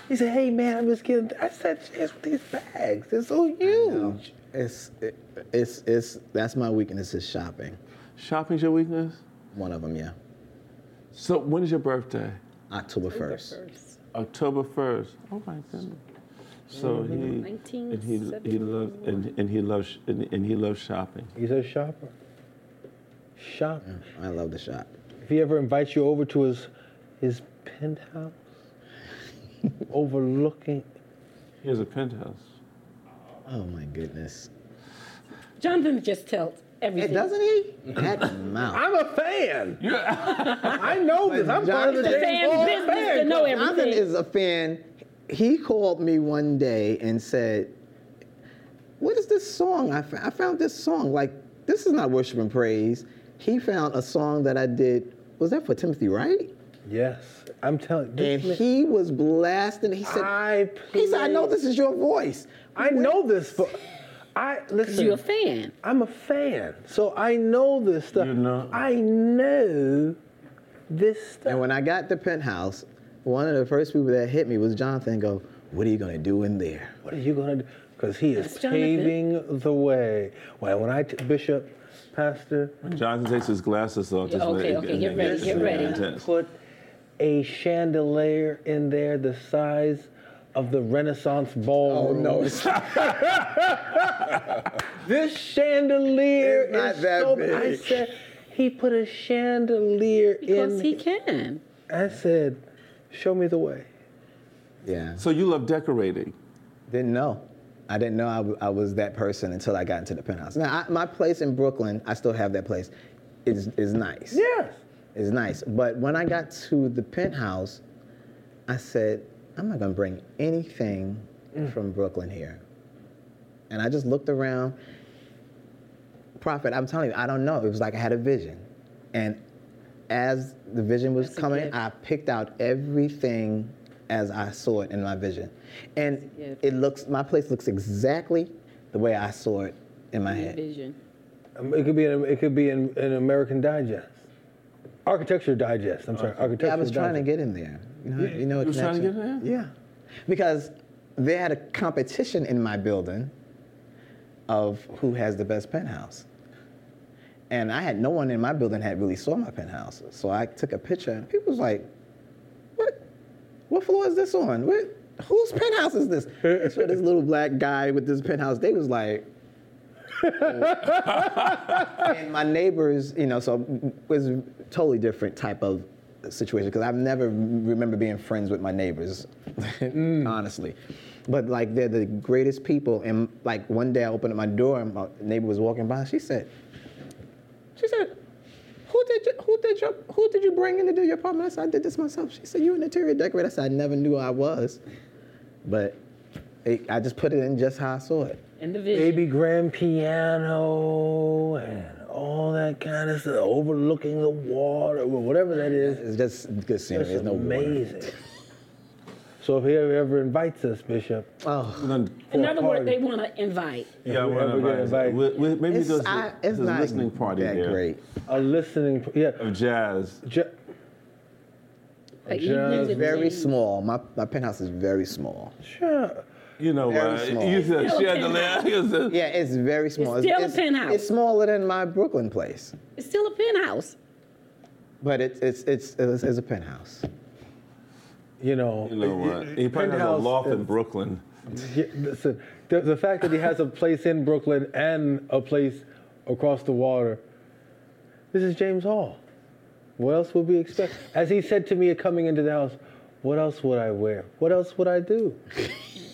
C: he said, hey man, I'm just kidding. I said, James, with these bags, they're so
E: No,
C: huge.
E: It's it, it's it's that's my weakness is shopping.
B: Shopping's your weakness.
E: One of them, yeah.
B: So when is your birthday?
E: October
D: October
E: first.
D: 1st.
B: October first. Oh my goodness. So he and he he loves and, and he loves and, and he loves shopping.
C: He's a shopper. Shop.
E: I love the shop.
C: If he ever invites you over to his his penthouse, overlooking
B: He has a penthouse.
E: Oh my goodness.
D: Jonathan just tells
E: It
D: everything.
E: doesn't he? At the mouth.
C: I'm a fan. I know this. I'm part of the
E: Jonathan-
C: James
D: Fan
C: Bond
D: business
C: fan
D: to know
C: club.
E: Jonathan
D: everything.
E: is a fan. He called me one day and said, what is this song? I fo- I found this song. Like, this is not worship and praise. He found a song that I did. Was that for Timothy Wright?
C: Yes, I'm telling.
E: And
C: This man-
E: he was blasting. He said,
C: I
E: he said, I know
C: played-
E: this is your voice.
C: I know this, but I listen.
D: You're a fan.
C: I'm a fan, so I know this stuff.
B: You know.
C: I know this stuff.
E: And when I got to Penthouse, one of the first people that hit me was Jonathan. and Go, what are you gonna do in there?
C: What are you going to do? Because he is
D: That's Jonathan.
C: paving the way. Well, when I t- bishop, pastor,
B: Jonathan takes his glasses off.
D: Yeah,
B: just
D: okay,
B: let it
D: okay,
B: get-
D: get
B: and
D: ready,
B: it's
D: get
B: really
D: ready.
B: intense.
C: put a chandelier in there the size of the Renaissance
E: Oh
C: ballroom.
E: no, it's not
C: This chandelier
E: It's not
C: is
E: that
C: so.
E: big.
C: I said, he put a chandelier
D: Because
C: in.
D: he can.
C: I said, show me the way.
E: Yeah.
B: So you love decorating.
E: Didn't know. I didn't know I, w- I was that person until I got into the penthouse. Now, I, my place in Brooklyn, I still have that place, is, is nice.
C: Yes.
E: It's nice. But when I got to the penthouse, I said, I'm not going to bring anything
D: Mm.
E: from Brooklyn here. And I just looked around. Prophet, I'm telling you, I don't know. It was like I had a vision. And as the vision was
D: That's a
E: coming,
D: gift.
E: I picked out everything as I saw it in my vision. And
D: That's a gift.
E: it looks, my place looks exactly the way I saw it in my head.
D: Vision.
C: Um, It could be in, it could be in an American Digest, Architecture Digest. I'm sorry, Architecture.
E: Yeah, I was trying to get in there. You know, you know, a
B: you was trying to
E: connection?
B: get
E: Yeah, because they had a competition in my building of who has the best penthouse, and I had no one in my building had really saw my penthouse. So I took a picture, and people was like, "What? What floor is this on? What? Whose penthouse is this?" And so this little black guy with this penthouse, they was like. and my neighbors, you know, so it was a totally different type of situation because I've never remember being friends with my neighbors, honestly. But like they're the greatest people, and like one day I opened up my door and my neighbor was walking by. She said, she said, who did you, who did you, who did you bring in to do your apartment? I said, I did this myself. She said, you're an interior decorator. I said, I never knew I was, but it, I just put it in just how I saw it.
D: And the vision.
C: baby grand piano and all that kind of stuff, overlooking the water, or whatever that is.
E: It's just good scenery.
C: It's
E: There's no water.
C: amazing. So if he ever, ever invites us, Bishop,
E: Oh.
D: In other words,
C: party.
D: they want to invite.
B: Yeah,
C: we
B: we're
C: ever get
B: invited.
C: invited.
B: We- we- Maybe
E: It's,
B: there's
E: I,
B: a
E: it's
B: there's a
E: not
B: listening party
E: that
B: there.
E: great.
C: a listening, yeah,
B: Of jazz.
C: ju-
D: But even if
C: Just
D: it's
E: Very
D: in-
E: small. My, my penthouse is very small.
C: sure.
B: You know
E: Very
B: what?
E: small.
B: You said
D: Still a
B: chandelier. You said-
E: Yeah, it's very small.
D: It's still a penthouse.
E: It's smaller than my Brooklyn place,
D: It's still a penthouse.
E: but it's it's it's it's, it's a penthouse.
C: You know,
B: You know what? He probably has a
C: Penthouse
B: loft in
C: is-
B: Brooklyn.
C: Yeah, listen, the, the fact that he has a place in Brooklyn and a place across the water. This is James Hall. What else would we expect? As he said to me coming into the house, what else would I wear? What else would I do?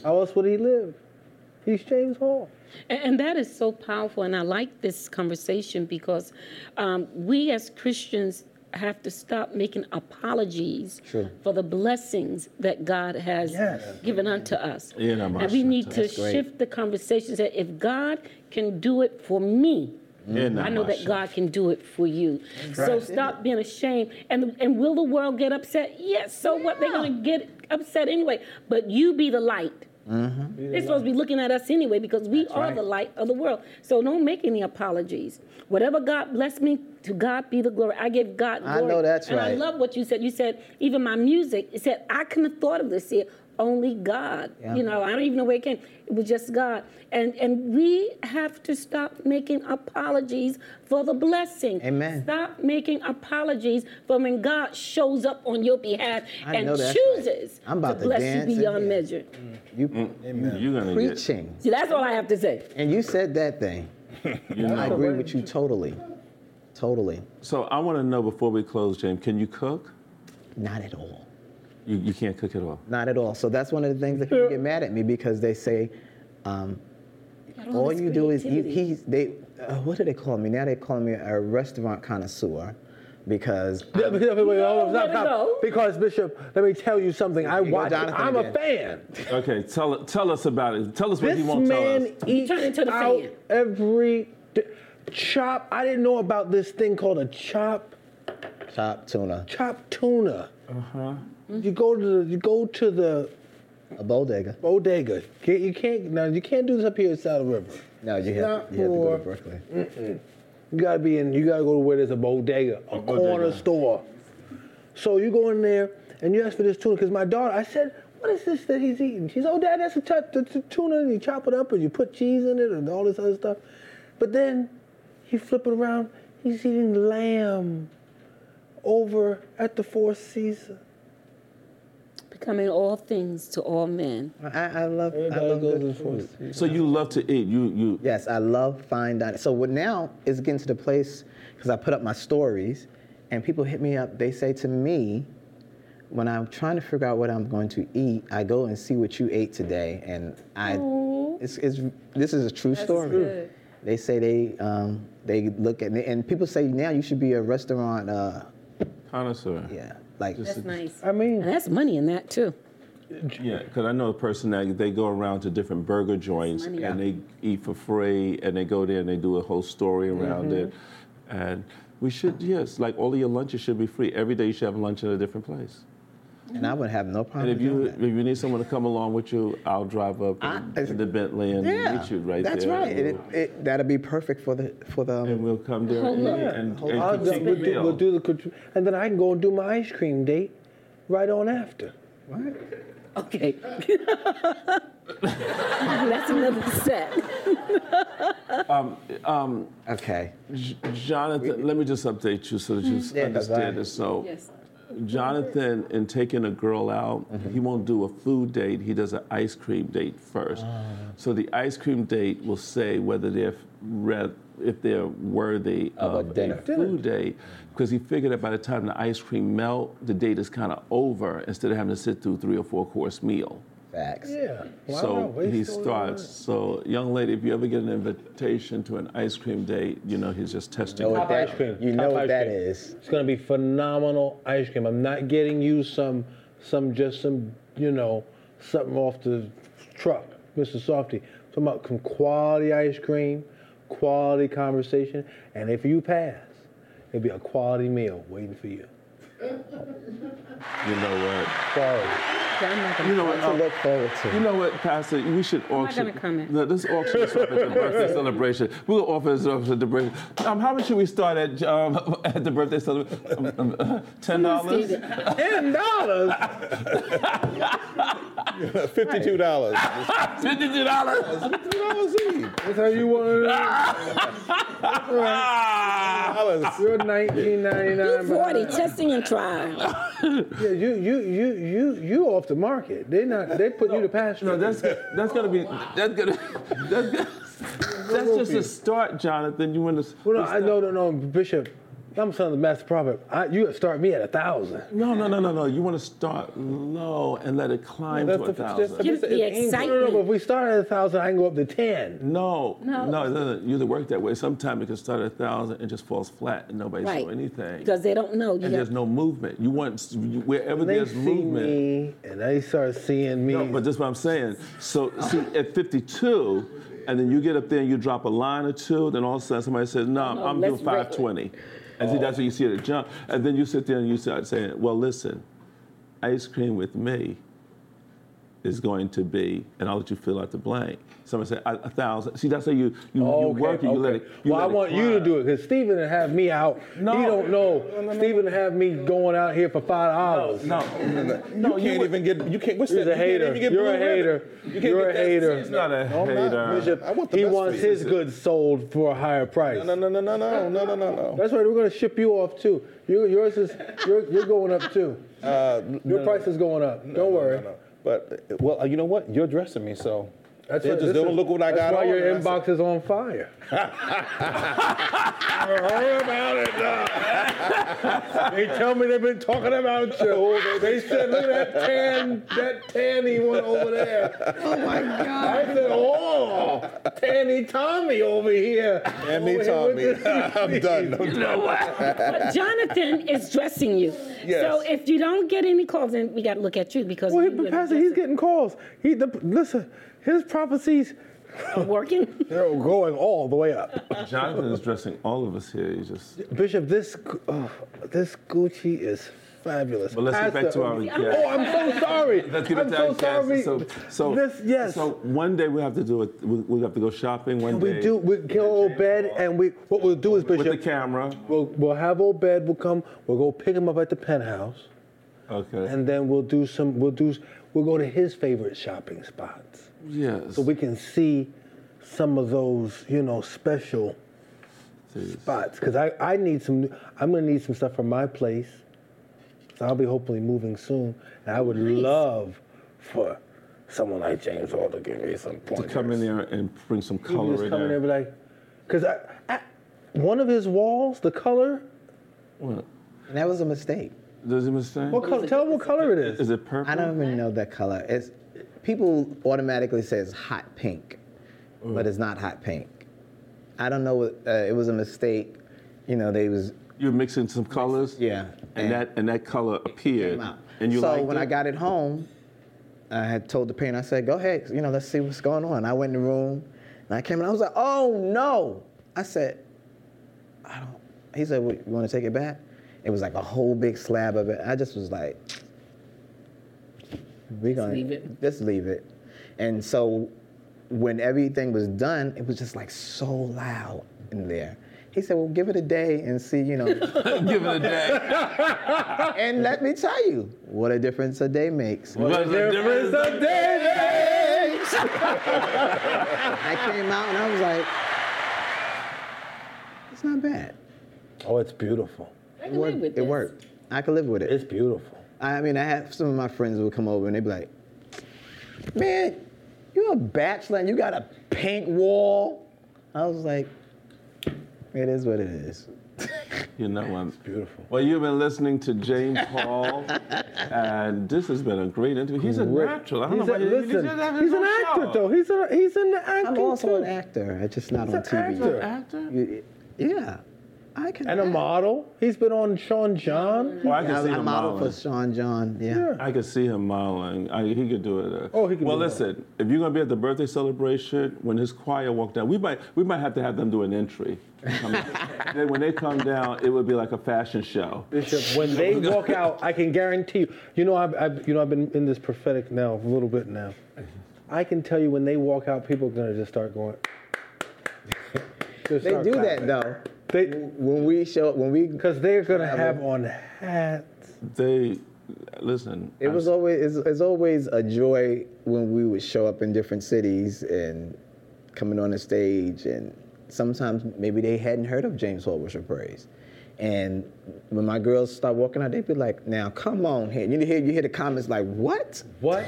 C: How else would he live? He's James Hall.
D: And, and that is so powerful. And I like this conversation because um, we as Christians have to stop making apologies
E: True.
D: for the blessings that God has
C: Yes.
D: given unto us.
B: Yeah, no,
D: and we need to
E: That's great.
D: shift the conversation that if God can do it for me,
C: Mm-hmm.
B: Yeah,
D: I know that
B: Namasha.
D: God can do it for you. So stop being ashamed. And and will the world get upset? Yes. So what? They're gonna get upset anyway. But you be the light.
E: Mm-hmm.
D: They're supposed to be looking at us anyway because we are the light of the world. So don't make any apologies. Whatever God bless me, to God be the glory. I give God
E: I
D: glory.
E: know that's
D: and I
E: right.
D: love what you said. You said even my music. It said I couldn't have thought of this here. Only God.
E: Yeah.
D: You know, I don't even know where it came. It was just God. And and we have to stop making apologies for the blessing.
E: Amen.
D: Stop making apologies for when God shows up on your behalf
E: I
D: and
E: know that's right.
D: chooses
E: I'm about to
D: bless
E: dance
D: you
E: and
D: beyond
E: dance.
D: measure.
E: You
B: You're gonna get.
E: preaching,
D: See, that's all I have to say.
E: and you said that thing.
B: You know.
E: I agree with you totally, totally.
B: So I want to know before we close, James. Can you cook?
E: Not at all.
B: You, you can't cook at all.
E: Not at all. So that's one of the things that people get mad at me because they say, um,
D: all
E: all
D: this
E: you do is you,
D: creativity.
E: he they uh, what do they call me now? They call me a restaurant connoisseur because
C: Yeah,
E: I'm-
C: because, wait, wait, hold on,
D: No,
C: stop,
D: let it
C: stop.
D: go.
C: Because, Bishop, let me tell you something. I
E: Here you go,
C: watch. it.
E: Jonathan
C: I'm a
E: again.
C: fan.
B: Okay, tell tell us about it. Tell us what
C: This
B: you won't tell us.
C: man eats
D: Turn into the
C: out
D: fan.
C: every d- chop. I didn't know about this thing called a chop
E: chopped tuna,
C: chop tuna. Uh
B: Uh-huh.
C: huh.
D: Mm-hmm.
C: You go to the you go to the
E: a bodega.
C: bodega. Can't- You can't now. You can't do this up here in South River.
E: No, you
C: It's
E: have,
C: not
E: you have to go
C: for-
E: to Brooklyn.
C: You gotta be in. You gotta go to where there's a bodega, a,
B: bodega.
C: corner store. So you go in there and you ask for this tuna. Cause my daughter, I said, "What is this that he's eating?" She's, "Oh, Dad, that's a tu- tu- tu- tuna. And you chop it up and you put cheese in it and all this other stuff." But then he flip it around. He's eating lamb over at the Four Seasons.
D: Becoming all things to all men.
E: I, I love, I
C: Everybody
E: love
C: goes
E: good
C: to the Four
E: food.
C: Seasons.
B: So you love to eat. You you.
E: Yes, I love fine dining. So what now is getting to the place because I put up my stories, and people hit me up. They say to me, when I'm trying to figure out what I'm going to eat, I go and see what you ate today, and I. It's, it's this is a true story.
D: good.
E: They say they um, they look at me, and people say now you should be a restaurant. Uh,
B: Connoisseur.
E: yeah, like
D: That's nice.
C: I mean,
D: And that's money in that too.
B: Yeah, because I know a person that they go around to different burger joints
D: money.
B: and they eat for free, and they go there and they do a whole story around
E: Mm-hmm.
B: it. And we should, yes, like all of your lunches should be free. Every day you should have lunch at a different place.
E: and I would have no problem.
B: And if you
E: doing
B: if
E: that.
B: you need someone to come along with you, I'll drive up
E: I-
B: and- to the Bentley and meet you right
E: that's
B: there.
E: right. It, it, that'll be perfect for the for the.
B: and we'll come there
D: Hold
B: and,
D: on.
B: and, and
C: I'll do,
B: critique the
C: we'll, do,
B: meal.
C: we'll do the cont- and then I can go and do my ice cream date right on after.
E: What?
D: Okay. that's another set.
E: Okay.
B: J- Jonathan, let me just update you so that you s
E: Mm-hmm. Yeah, 'cause I-
B: understand this. So,
D: Yes.
B: Jonathan, in taking a girl out,
E: Mm-hmm.
B: he won't do a food date. He does an ice cream date first.
E: Ah.
B: So the ice cream date will say whether they're re- if they're worthy
E: Of a dinner.
B: food date, because he figured that by the time the ice cream melt, the date is kind of over. Instead of having to sit through three or four course meal.
E: Facts.
C: Yeah. Why not
B: So
C: waste
B: he
C: all your
B: starts. So, young lady, if you ever get an invitation to an ice cream date, you know he's just testing.
E: know
B: you.
E: what that,
C: ice cream.
E: You
C: Top
E: know what
C: ice
E: that
C: cream.
E: is.
C: It's gonna be phenomenal ice cream. I'm not getting you some, some just some, you know, something off the truck, Mr. Softy. Talking about some quality ice cream, quality conversation, and if you pass, it'll be a quality meal waiting for you.
B: You know what?
C: Quality.
B: You know what?
E: To
B: um,
E: look forward to.
B: you know what, Pastor? We should auction.
D: gonna comment.
B: No, this auction is up at the birthday celebration. We're gonna offer this up at the birthday. Um, how much should we start at um, at the birthday celebration? Um, um, Ten dollars.
C: Ten dollars.
F: Fifty-two dollars.
B: Fifty-two dollars.
C: That's how you want to. You're 1999.
D: You 40, testing and trial.
C: Yeah, you you you you you off the market. They not they put you to pasture.
B: No, that's that's gonna be that's gonna that's gonna, that's just a start, Jonathan. You want to?
C: well, no, I, no no no Bishop. I'm son of the master prophet. I, you gotta start me at a thousand.
B: No, no, no, no, no. You want to start low and let it climb to a thousand.
D: Give it the
C: No, no, no, but if
D: excitement.
C: we start at a thousand, I can go up to ten.
B: No, no,
D: No.
B: no, no. You either work that way. Sometimes it can start at a thousand and just falls flat and nobody
D: Right.
B: saw anything.
D: Because they don't know. You
B: and
D: have
B: there's no movement. You want you- wherever
C: They
B: there's
C: see
B: movement.
C: me and they start seeing me.
B: No, but that's what I'm saying. So see, at 52, and then you get up there and you drop a line or two, then all of a sudden somebody says,
C: Oh,
B: "No,
D: No,
B: I'm doing
D: let's
B: 520," and see that's what you see at a jump. And then you sit there and you start saying, "Well, listen, ice cream with me." Is going to be, and I'll let you fill out the blank. Somebody said a, a thousand. See, that's how you you, you work it. You let it. You
C: well, I
B: let it
C: want you to
B: climb.
C: do it because Stephen to have me out.
B: No.
C: He don't know. Stephen to have me going out here for five hours.
B: No,
F: No, you can't even get. You can't. What's
C: He's
F: that? You can't
C: a hater.
F: even get
C: You're a
F: Blue Ribbon.
C: hater.
F: You can't
C: You're a
F: get that.
C: hater.
B: he's not a
F: I'm not,
B: hater.
F: Bishop. I want the
C: he
F: best
C: wants
F: for you.
C: his goods sold for a higher price.
F: No, no, no, no, no, no, no, no, no.
C: That's right. We're gonna ship you off too. You, yours is you're, you're going up too.
F: Uh,
C: Your price is going up.
F: no,
C: Don't worry.
F: No, no. But uh, well, uh, you know what? You're dressing me, so
C: That's
F: They
C: what-
F: just
C: this
F: don't
C: is-
F: look what I
C: that's
F: got
C: Why
F: on
C: your
F: and I
C: inbox is on fire. I heard about it. now. they tell me they've been talking about you.
F: Oh,
C: They said, look at that tan, that tanny one over there. Oh my God. I said, oh, tanny Tommy over here.
F: And me,
C: Over
F: Tommy.
C: here with this
F: I'm done. I'm done.
D: But Jonathan is dressing you.
F: Yes.
D: So if you don't get any calls, then we got to look at you because
C: Well,
D: you
C: he-
D: were
C: but Pastor, he's
D: dressing-
C: getting calls. He the, listen, his prophecies
D: are working.
C: they're going all the way up.
B: Jonathan is dressing all of us here. He's just.
C: Bishop, this gu- oh, this Gucci is fabulous.
B: But let's get back
C: Pastor-
B: to our guest.
C: Oh, I'm so sorry.
B: Let's get
C: I'm
B: it
C: so
B: to our
C: sorry.
B: guests. So, so
C: this yes.
B: So one day we have to do it. We, we have to go shopping one day.
C: we do. We go old bed, and we what we'll do is
B: with
C: Bishop.
B: the camera.
C: we'll we'll have old bed. We'll come. We'll go pick him up at the penthouse,
B: Okay.
C: and then we'll do some. We'll do. We'll go to his favorite shopping spots,
B: yes.
C: so we can see some of those you know special
B: Jeez.
C: spots. Cause I I need some. I'm gonna need some stuff from my place. So I'll be hopefully moving soon, and I would love for someone like James Hall to give me some pointers.
B: to come in there and bring some
C: He would
B: color
C: just
B: in
C: come in there
B: there.
C: and be like, because I, I, one of his walls, the color,
B: What?
E: And that was a mistake.
B: Does it mistake?
C: what color? Tell him what color it is.
B: Is it purple?
E: I don't even know that color. It's people automatically say it's hot pink,
B: Mm.
E: but it's not hot pink. I don't know. what- Uh, it was a mistake. You know, they was
B: You're mixing some colors.
E: Yeah.
B: And that and that color appeared.
E: came out.
B: And you
E: so
B: liked
E: when
B: it?
E: I got it home, I had told the parent, I said, "Go ahead, you know, let's see what's going on." I went in the room, and I came in. I was like, "Oh no!" I said, "I don't." He said, well, "You want to take it back?" It was like a whole big slab of it. I just was like, "We gonna
D: leave it.
E: Just leave it." And so, when everything was done, it was just like so loud in there. He said, "Well, give it a day and see, you know."
B: give it a day.
E: And let me tell you, what a difference a day makes.
B: What's the difference?
C: a day.
E: I came out and I was like, it's not bad.
C: Oh, it's beautiful.
D: I
E: It
D: can live
E: worked.
D: with
E: It
D: this.
E: worked. I could live with it.
C: It's beautiful.
E: I mean, I have some of my friends would come over and they'd be like, man, you're a bachelor and you got a pink wall. I was like, it is what it is.
B: You know what? It's
C: beautiful.
B: Well, you've been listening to James Hall, and this has been a great interview. He's a
C: Great.
B: natural. I don't
C: He's
B: know
C: a,
B: why you- you
C: listen,
B: just have his
C: he's an
B: own
C: actor
B: show.
C: though. He's a, he's an actor
E: I'm also
C: too.
E: an actor. It's just not
C: He's
E: on
C: an
E: TV.
B: You're an
C: actor.
B: actor?
E: You- Yeah. I can
C: and a
E: act.
C: model. He's been on Sean John.
B: Oh, I
E: I,
B: can see
E: I
B: him
E: model for
B: modeling.
E: Sean John.
C: Yeah.
B: I could see him modeling. I, he could do it. uh,
C: Oh, he could
B: Well,
C: do it.
B: listen, if you're gonna be at the birthday celebration, when his choir walked down, we might we might have to have them do an entry. Come- then when they come down, it would be like a fashion show.
C: Bishop, when they walk out, I can guarantee you. You know, I've, I've you know I've been in this prophetic now a little bit now. I can tell you when they walk out, people are gonna just start going.
E: They do that though.
C: They-
E: when we show when we
C: because they're gonna have on hats.
B: They listen.
E: it was
B: I'm-
E: always it's, it's always a joy when we would show up in different cities and coming on the stage and sometimes maybe they hadn't heard of James Hall Worship Praise. And when my girls start walking out, they'd be like, "Now come on here!" You hear you hear the comments like, "What?"
C: What?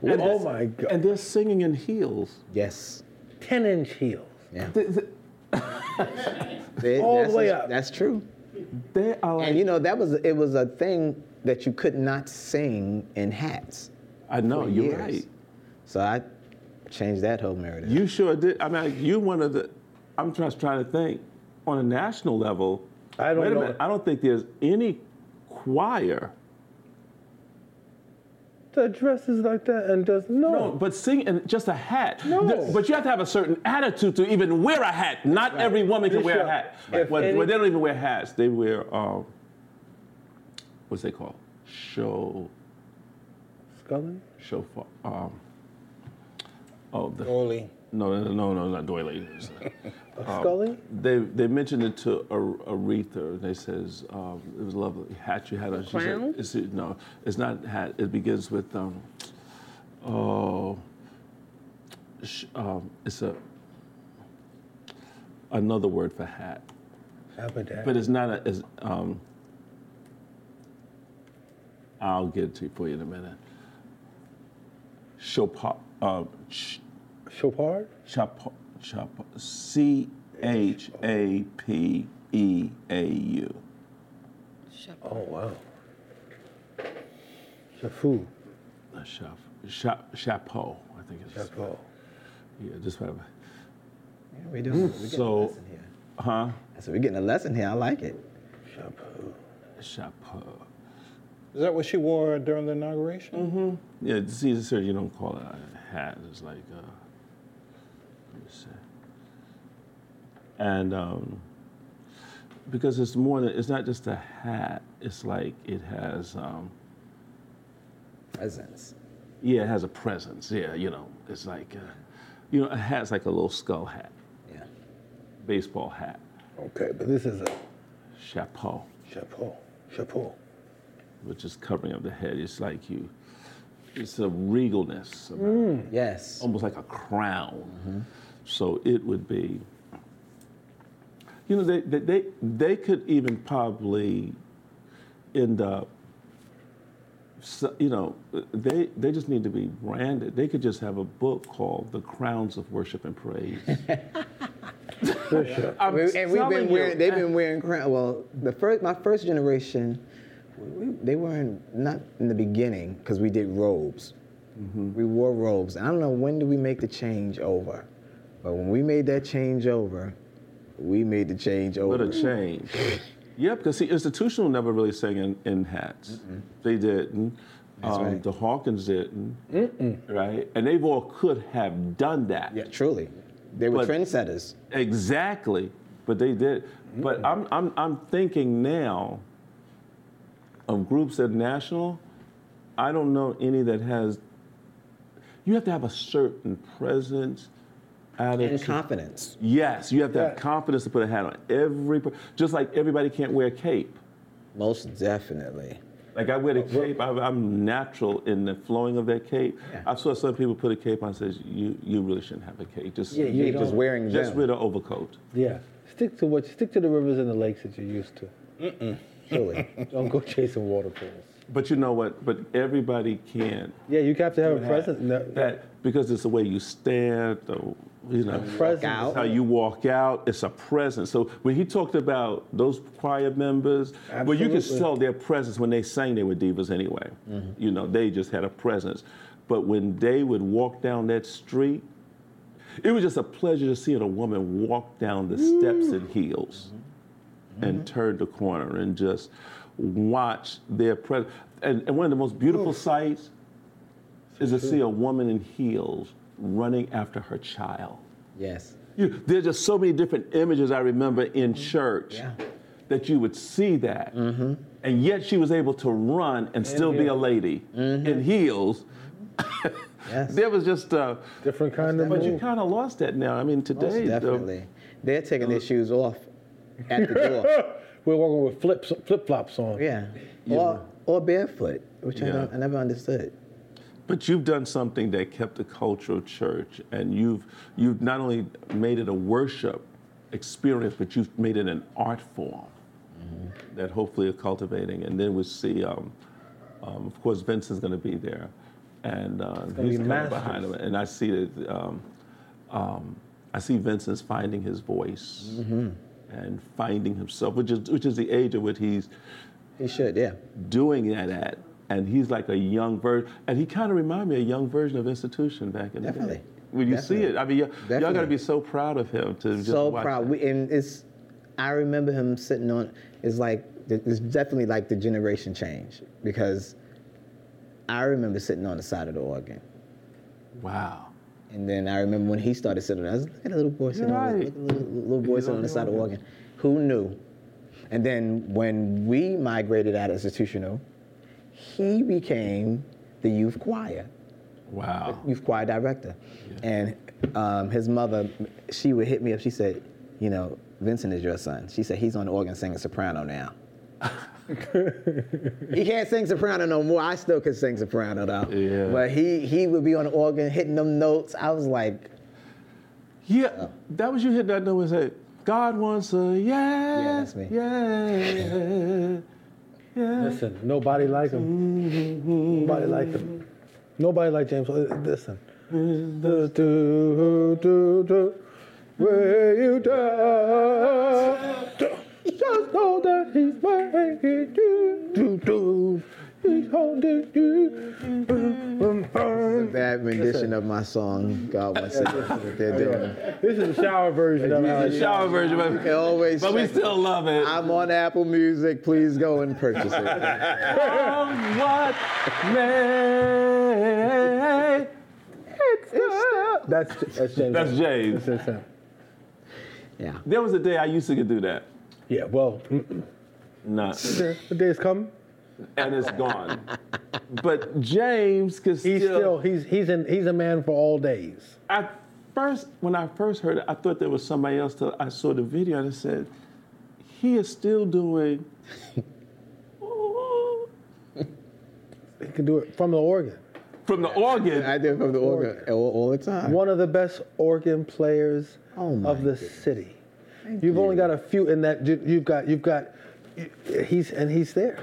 E: What
C: oh
E: is-
C: my God!
B: and they're singing in heels.
E: Yes,
C: Ten inch heels.
E: yeah,
B: They, they-
E: They-
C: All the
E: that's-
C: way up.
E: That's true.
B: they are like
E: And you know that was it was a thing that you could not sing in hats.
B: I know
E: for
B: you're
E: years.
B: right.
E: So I changed that whole narrative.
B: You sure did. I mean, you one of the. I'm just trying to think on a national level.
C: I don't
B: wait a
C: know.
B: minute. I don't think there's any choir.
C: That dresses like that and does no.
B: No, but sing in just a hat.
C: No.
B: Th- But you have to have a certain attitude to even wear a hat. Not every woman can
C: This
B: wear
C: year,
B: a hat.
C: if
B: Well,
C: any-
B: well, they don't even wear hats. They wear um, what's they called? Show,
C: Scully.
B: show. Um, oh, the,
F: Only.
B: no, no, no, no, not doily.
C: Scully.
B: They they mentioned it to Ar- Aretha. They says um, it was a lovely hat you had on. She said-
D: crown?
B: it's, no, it's not hat. It begins with um, oh, sh- um, it's a another word for hat,
C: Abadat.
B: but it's not a. It's, um, I'll get it to you for you in a minute. Chopin, um, uh, sh-
C: Chopard?
B: Chap Chap C H A P E A U.
C: Oh, wow. Shafu.
B: Chap Chap Chapeau. I think it's
C: Chapeau.
B: yeah, just whatever.
E: Yeah, we doing. We're getting
B: So-
E: a lesson here.
B: Huh?
E: So we're getting a lesson here. I like it.
C: Chapeau.
B: Chapeau.
F: Is that what she wore during the inauguration?
B: Yeah, Caesar said you don't call it a hat. It's like, uh, let me see. And um, because it's more than, it's not just a hat. It's like it has, um,
E: Presence.
B: yeah, it has a presence. Yeah, you know, it's like, uh, you know, a hat's like a little skull hat,
E: Yeah.
B: baseball hat,
C: Okay, but this is a
B: chapeau,
C: chapeau. Chapeau.
B: which is covering up the head. It's like you, it's a regalness, about it.
E: Yes.
B: almost like a crown. So it would be, you know, they, they, they, they could even probably end up, so- you know, they, they just need to be branded. They could just have a book called The Crowns of Worship and Praise. I'm
E: We- and we've
B: telling
E: been
B: you.
E: wearing. They've been wearing crown. Well, the first, my first generation, we, they were in, not in the beginning because we did robes.
B: Mm-hmm.
E: We wore robes. I don't know when did we make the change over, but when we made that change over, we made the change over.
B: What a change. yeah, because see, institutional never really sang in, in hats. They didn't. Um,
E: right.
B: The Hawkins didn't. Right? And they all could have done that.
E: Yeah, truly, they were
B: But-
E: trendsetters.
B: Exactly. But they did. But I'm, I'm, I'm thinking now of groups that are national. I don't know any that has. You have to have a certain presence,
E: And
B: attitude.
E: confidence.
B: yes, you have to have
C: Yeah.
B: confidence to put a hat on. Every per- just like everybody can't wear a cape.
E: Most definitely.
B: Like I wear the cape, I, I'm natural in the flowing of that cape.
E: Yeah.
B: I saw some people put a cape on. Says you, you really shouldn't have a cape. Just
C: Yeah, you
E: You're just
C: don't-
E: wearing
B: just
E: them.
B: wear the overcoat.
C: Yeah. Stick to what stick to the rivers and the lakes that you're used to.
E: truly.
C: Don't go chasing waterfalls.
B: But you know what? But everybody can.
C: Yeah, you have to have a presence. No,
B: That because it's the way you stand, the, you know,
C: presence.
E: out.
B: how you walk out. It's a presence. So when he talked about those choir members, well, you could
C: Absolutely.
B: tell their presence when they sang. They were divas anyway. You know, they just had a presence. But when they would walk down that street, it was just a pleasure to see a woman walk down the steps in heels and turn the corner and just watch their presence. And, and one of the most beautiful sights is to see a woman in heels running after her child.
E: Yes.
B: You, there are just so many different images I remember in church
E: Yeah.
B: that you would see that. And yet she was able to run and still be a lady in heels.
E: Yes.
B: There was just, uh,
C: Different kind of
B: but you
C: move.
B: kind of lost that now. I mean,
E: Most
B: today, the-
E: definitely. They're taking
B: Oh.
E: their shoes off at the door.
C: We're walking with flips flip flops on.
E: Yeah. Or, or barefoot, which I,
B: Yeah.
E: don't, I never understood.
B: But you've done something that kept the culture of church, and you've you've not only made it a worship experience, but you've made it an art form that hopefully are cultivating. And then we see, um, um, of course, Vincent's going to be there, and uh, he's
C: be
B: kind of
C: masters.
B: behind him. And I see that um, um, I see Vincent's finding his voice and finding himself, which is which is the age at which he's
E: He should, yeah.
B: doing that at, and he's like a young version, and he kind of reminded me of a young version of Institution back in the
E: Definitely.
B: day. When you see it, I mean, y- y'all got to
E: Definitely.
B: be so proud of him to just
E: so
B: watch
E: proud.
B: that.
E: We, and it's, I remember him sitting on, it's like, it's definitely like the generation change because I remember sitting on the side of the organ.
B: Wow.
E: And then I remember when he started sitting on, I was like, look at a little boy sitting
B: You're
E: on,
B: right.
E: the- look at the little, little boy
B: He's
E: sitting
B: on
E: on the
B: the
E: side of the
B: organ.
E: organ. Who knew? And then when we migrated out of institutional, he became the youth choir.
B: Wow.
E: youth choir director. And um, his mother, she would hit me up. She said, You know, Vincent is your son. She said, He's on the organ singing soprano now. he can't sing soprano no more. I still could sing soprano though.
B: Yeah.
E: But he he would be on the organ hitting them notes. I was like, Oh.
B: Yeah, that was you hit that note and say, God wants a yes. Yeah,
E: that's me.
B: Yeah. Yeah.
C: Listen, nobody like him. Nobody like him. Nobody like James. Uh, Listen, Do, do, do, do. Where you die, just know that he's making you. Do, do. He's holding you. Boom, boom, boom.
E: Bad rendition of my song, God One Second. What they're doing.
C: This is the shower version of
B: It's
C: it.
B: the shower version, but,
E: They always
B: but we
E: check-
B: still love it.
E: oh, I'm on Apple Music. Please go and purchase it.
B: Come what may.
C: That's that's James.
B: That's Jay's.
C: That's him.
E: Yeah.
B: There was a day I used to do that.
C: Yeah. Well,
B: Not.
C: the day's coming.
B: And it's gone. But James could still,
C: He's still he's he's in he's a man for all days.
B: I first when I first heard it, I thought there was somebody else till I saw the video and I said, he is still doing
C: He can do it from the organ.
B: from the organ.
E: I do it from the organ all, all the time.
C: One of the best organ players
E: Oh my
C: of the city. You've only got a few in that. you- You've got you've got. He's and he's there.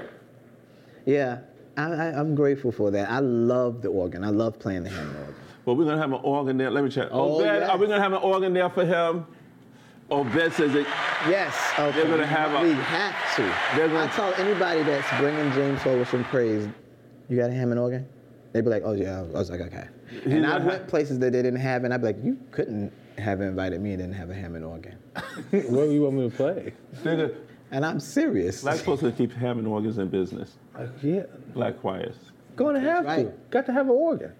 E: Yeah. I, I, I'm grateful for that. I love the organ. I love playing the hand organ.
B: Well, we're gonna have an organ there. Let me check.
E: Oh,
B: Obed,
E: yes.
B: are we gonna have an organ there for him? Obed says it.
E: Yes. Okay.
B: They're gonna have a-
E: We have to.
B: They're gonna-
E: I tell anybody that's bringing James Holder some praise, you got a ham and organ? They'd be like, oh yeah. I was like, okay. And I
B: gonna
E: went places that they didn't have, and I'd be like, you couldn't have invited me and didn't have a ham and organ.
F: What do you want me to play?
B: they're gonna-
E: And I'm serious.
B: Black folks are keep having organs in business.
C: Uh, yeah,
B: Black choirs.
C: going to have to.
E: right.
C: Got to have an organ.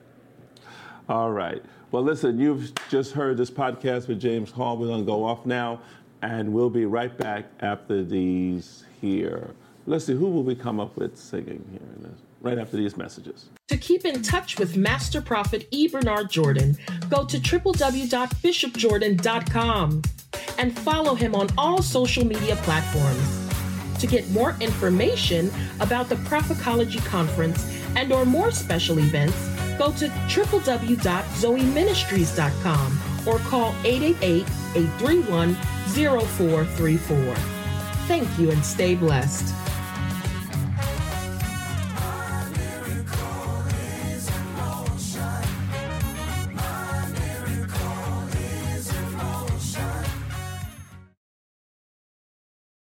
B: All right. Well, listen, you've just heard this podcast with James Hall. We're going to go off now, and we'll be right back after these here. Let's see, who will we come up with singing here in this, right after these messages?
G: To keep in touch with Master Prophet E. Bernard Jordan, go to www.bishopjordan.com and follow him on all social media platforms. To get more information about the Prophetology Conference and or more special events, go to www.zoeministries.com or call 888-831-0434. Thank you and stay blessed.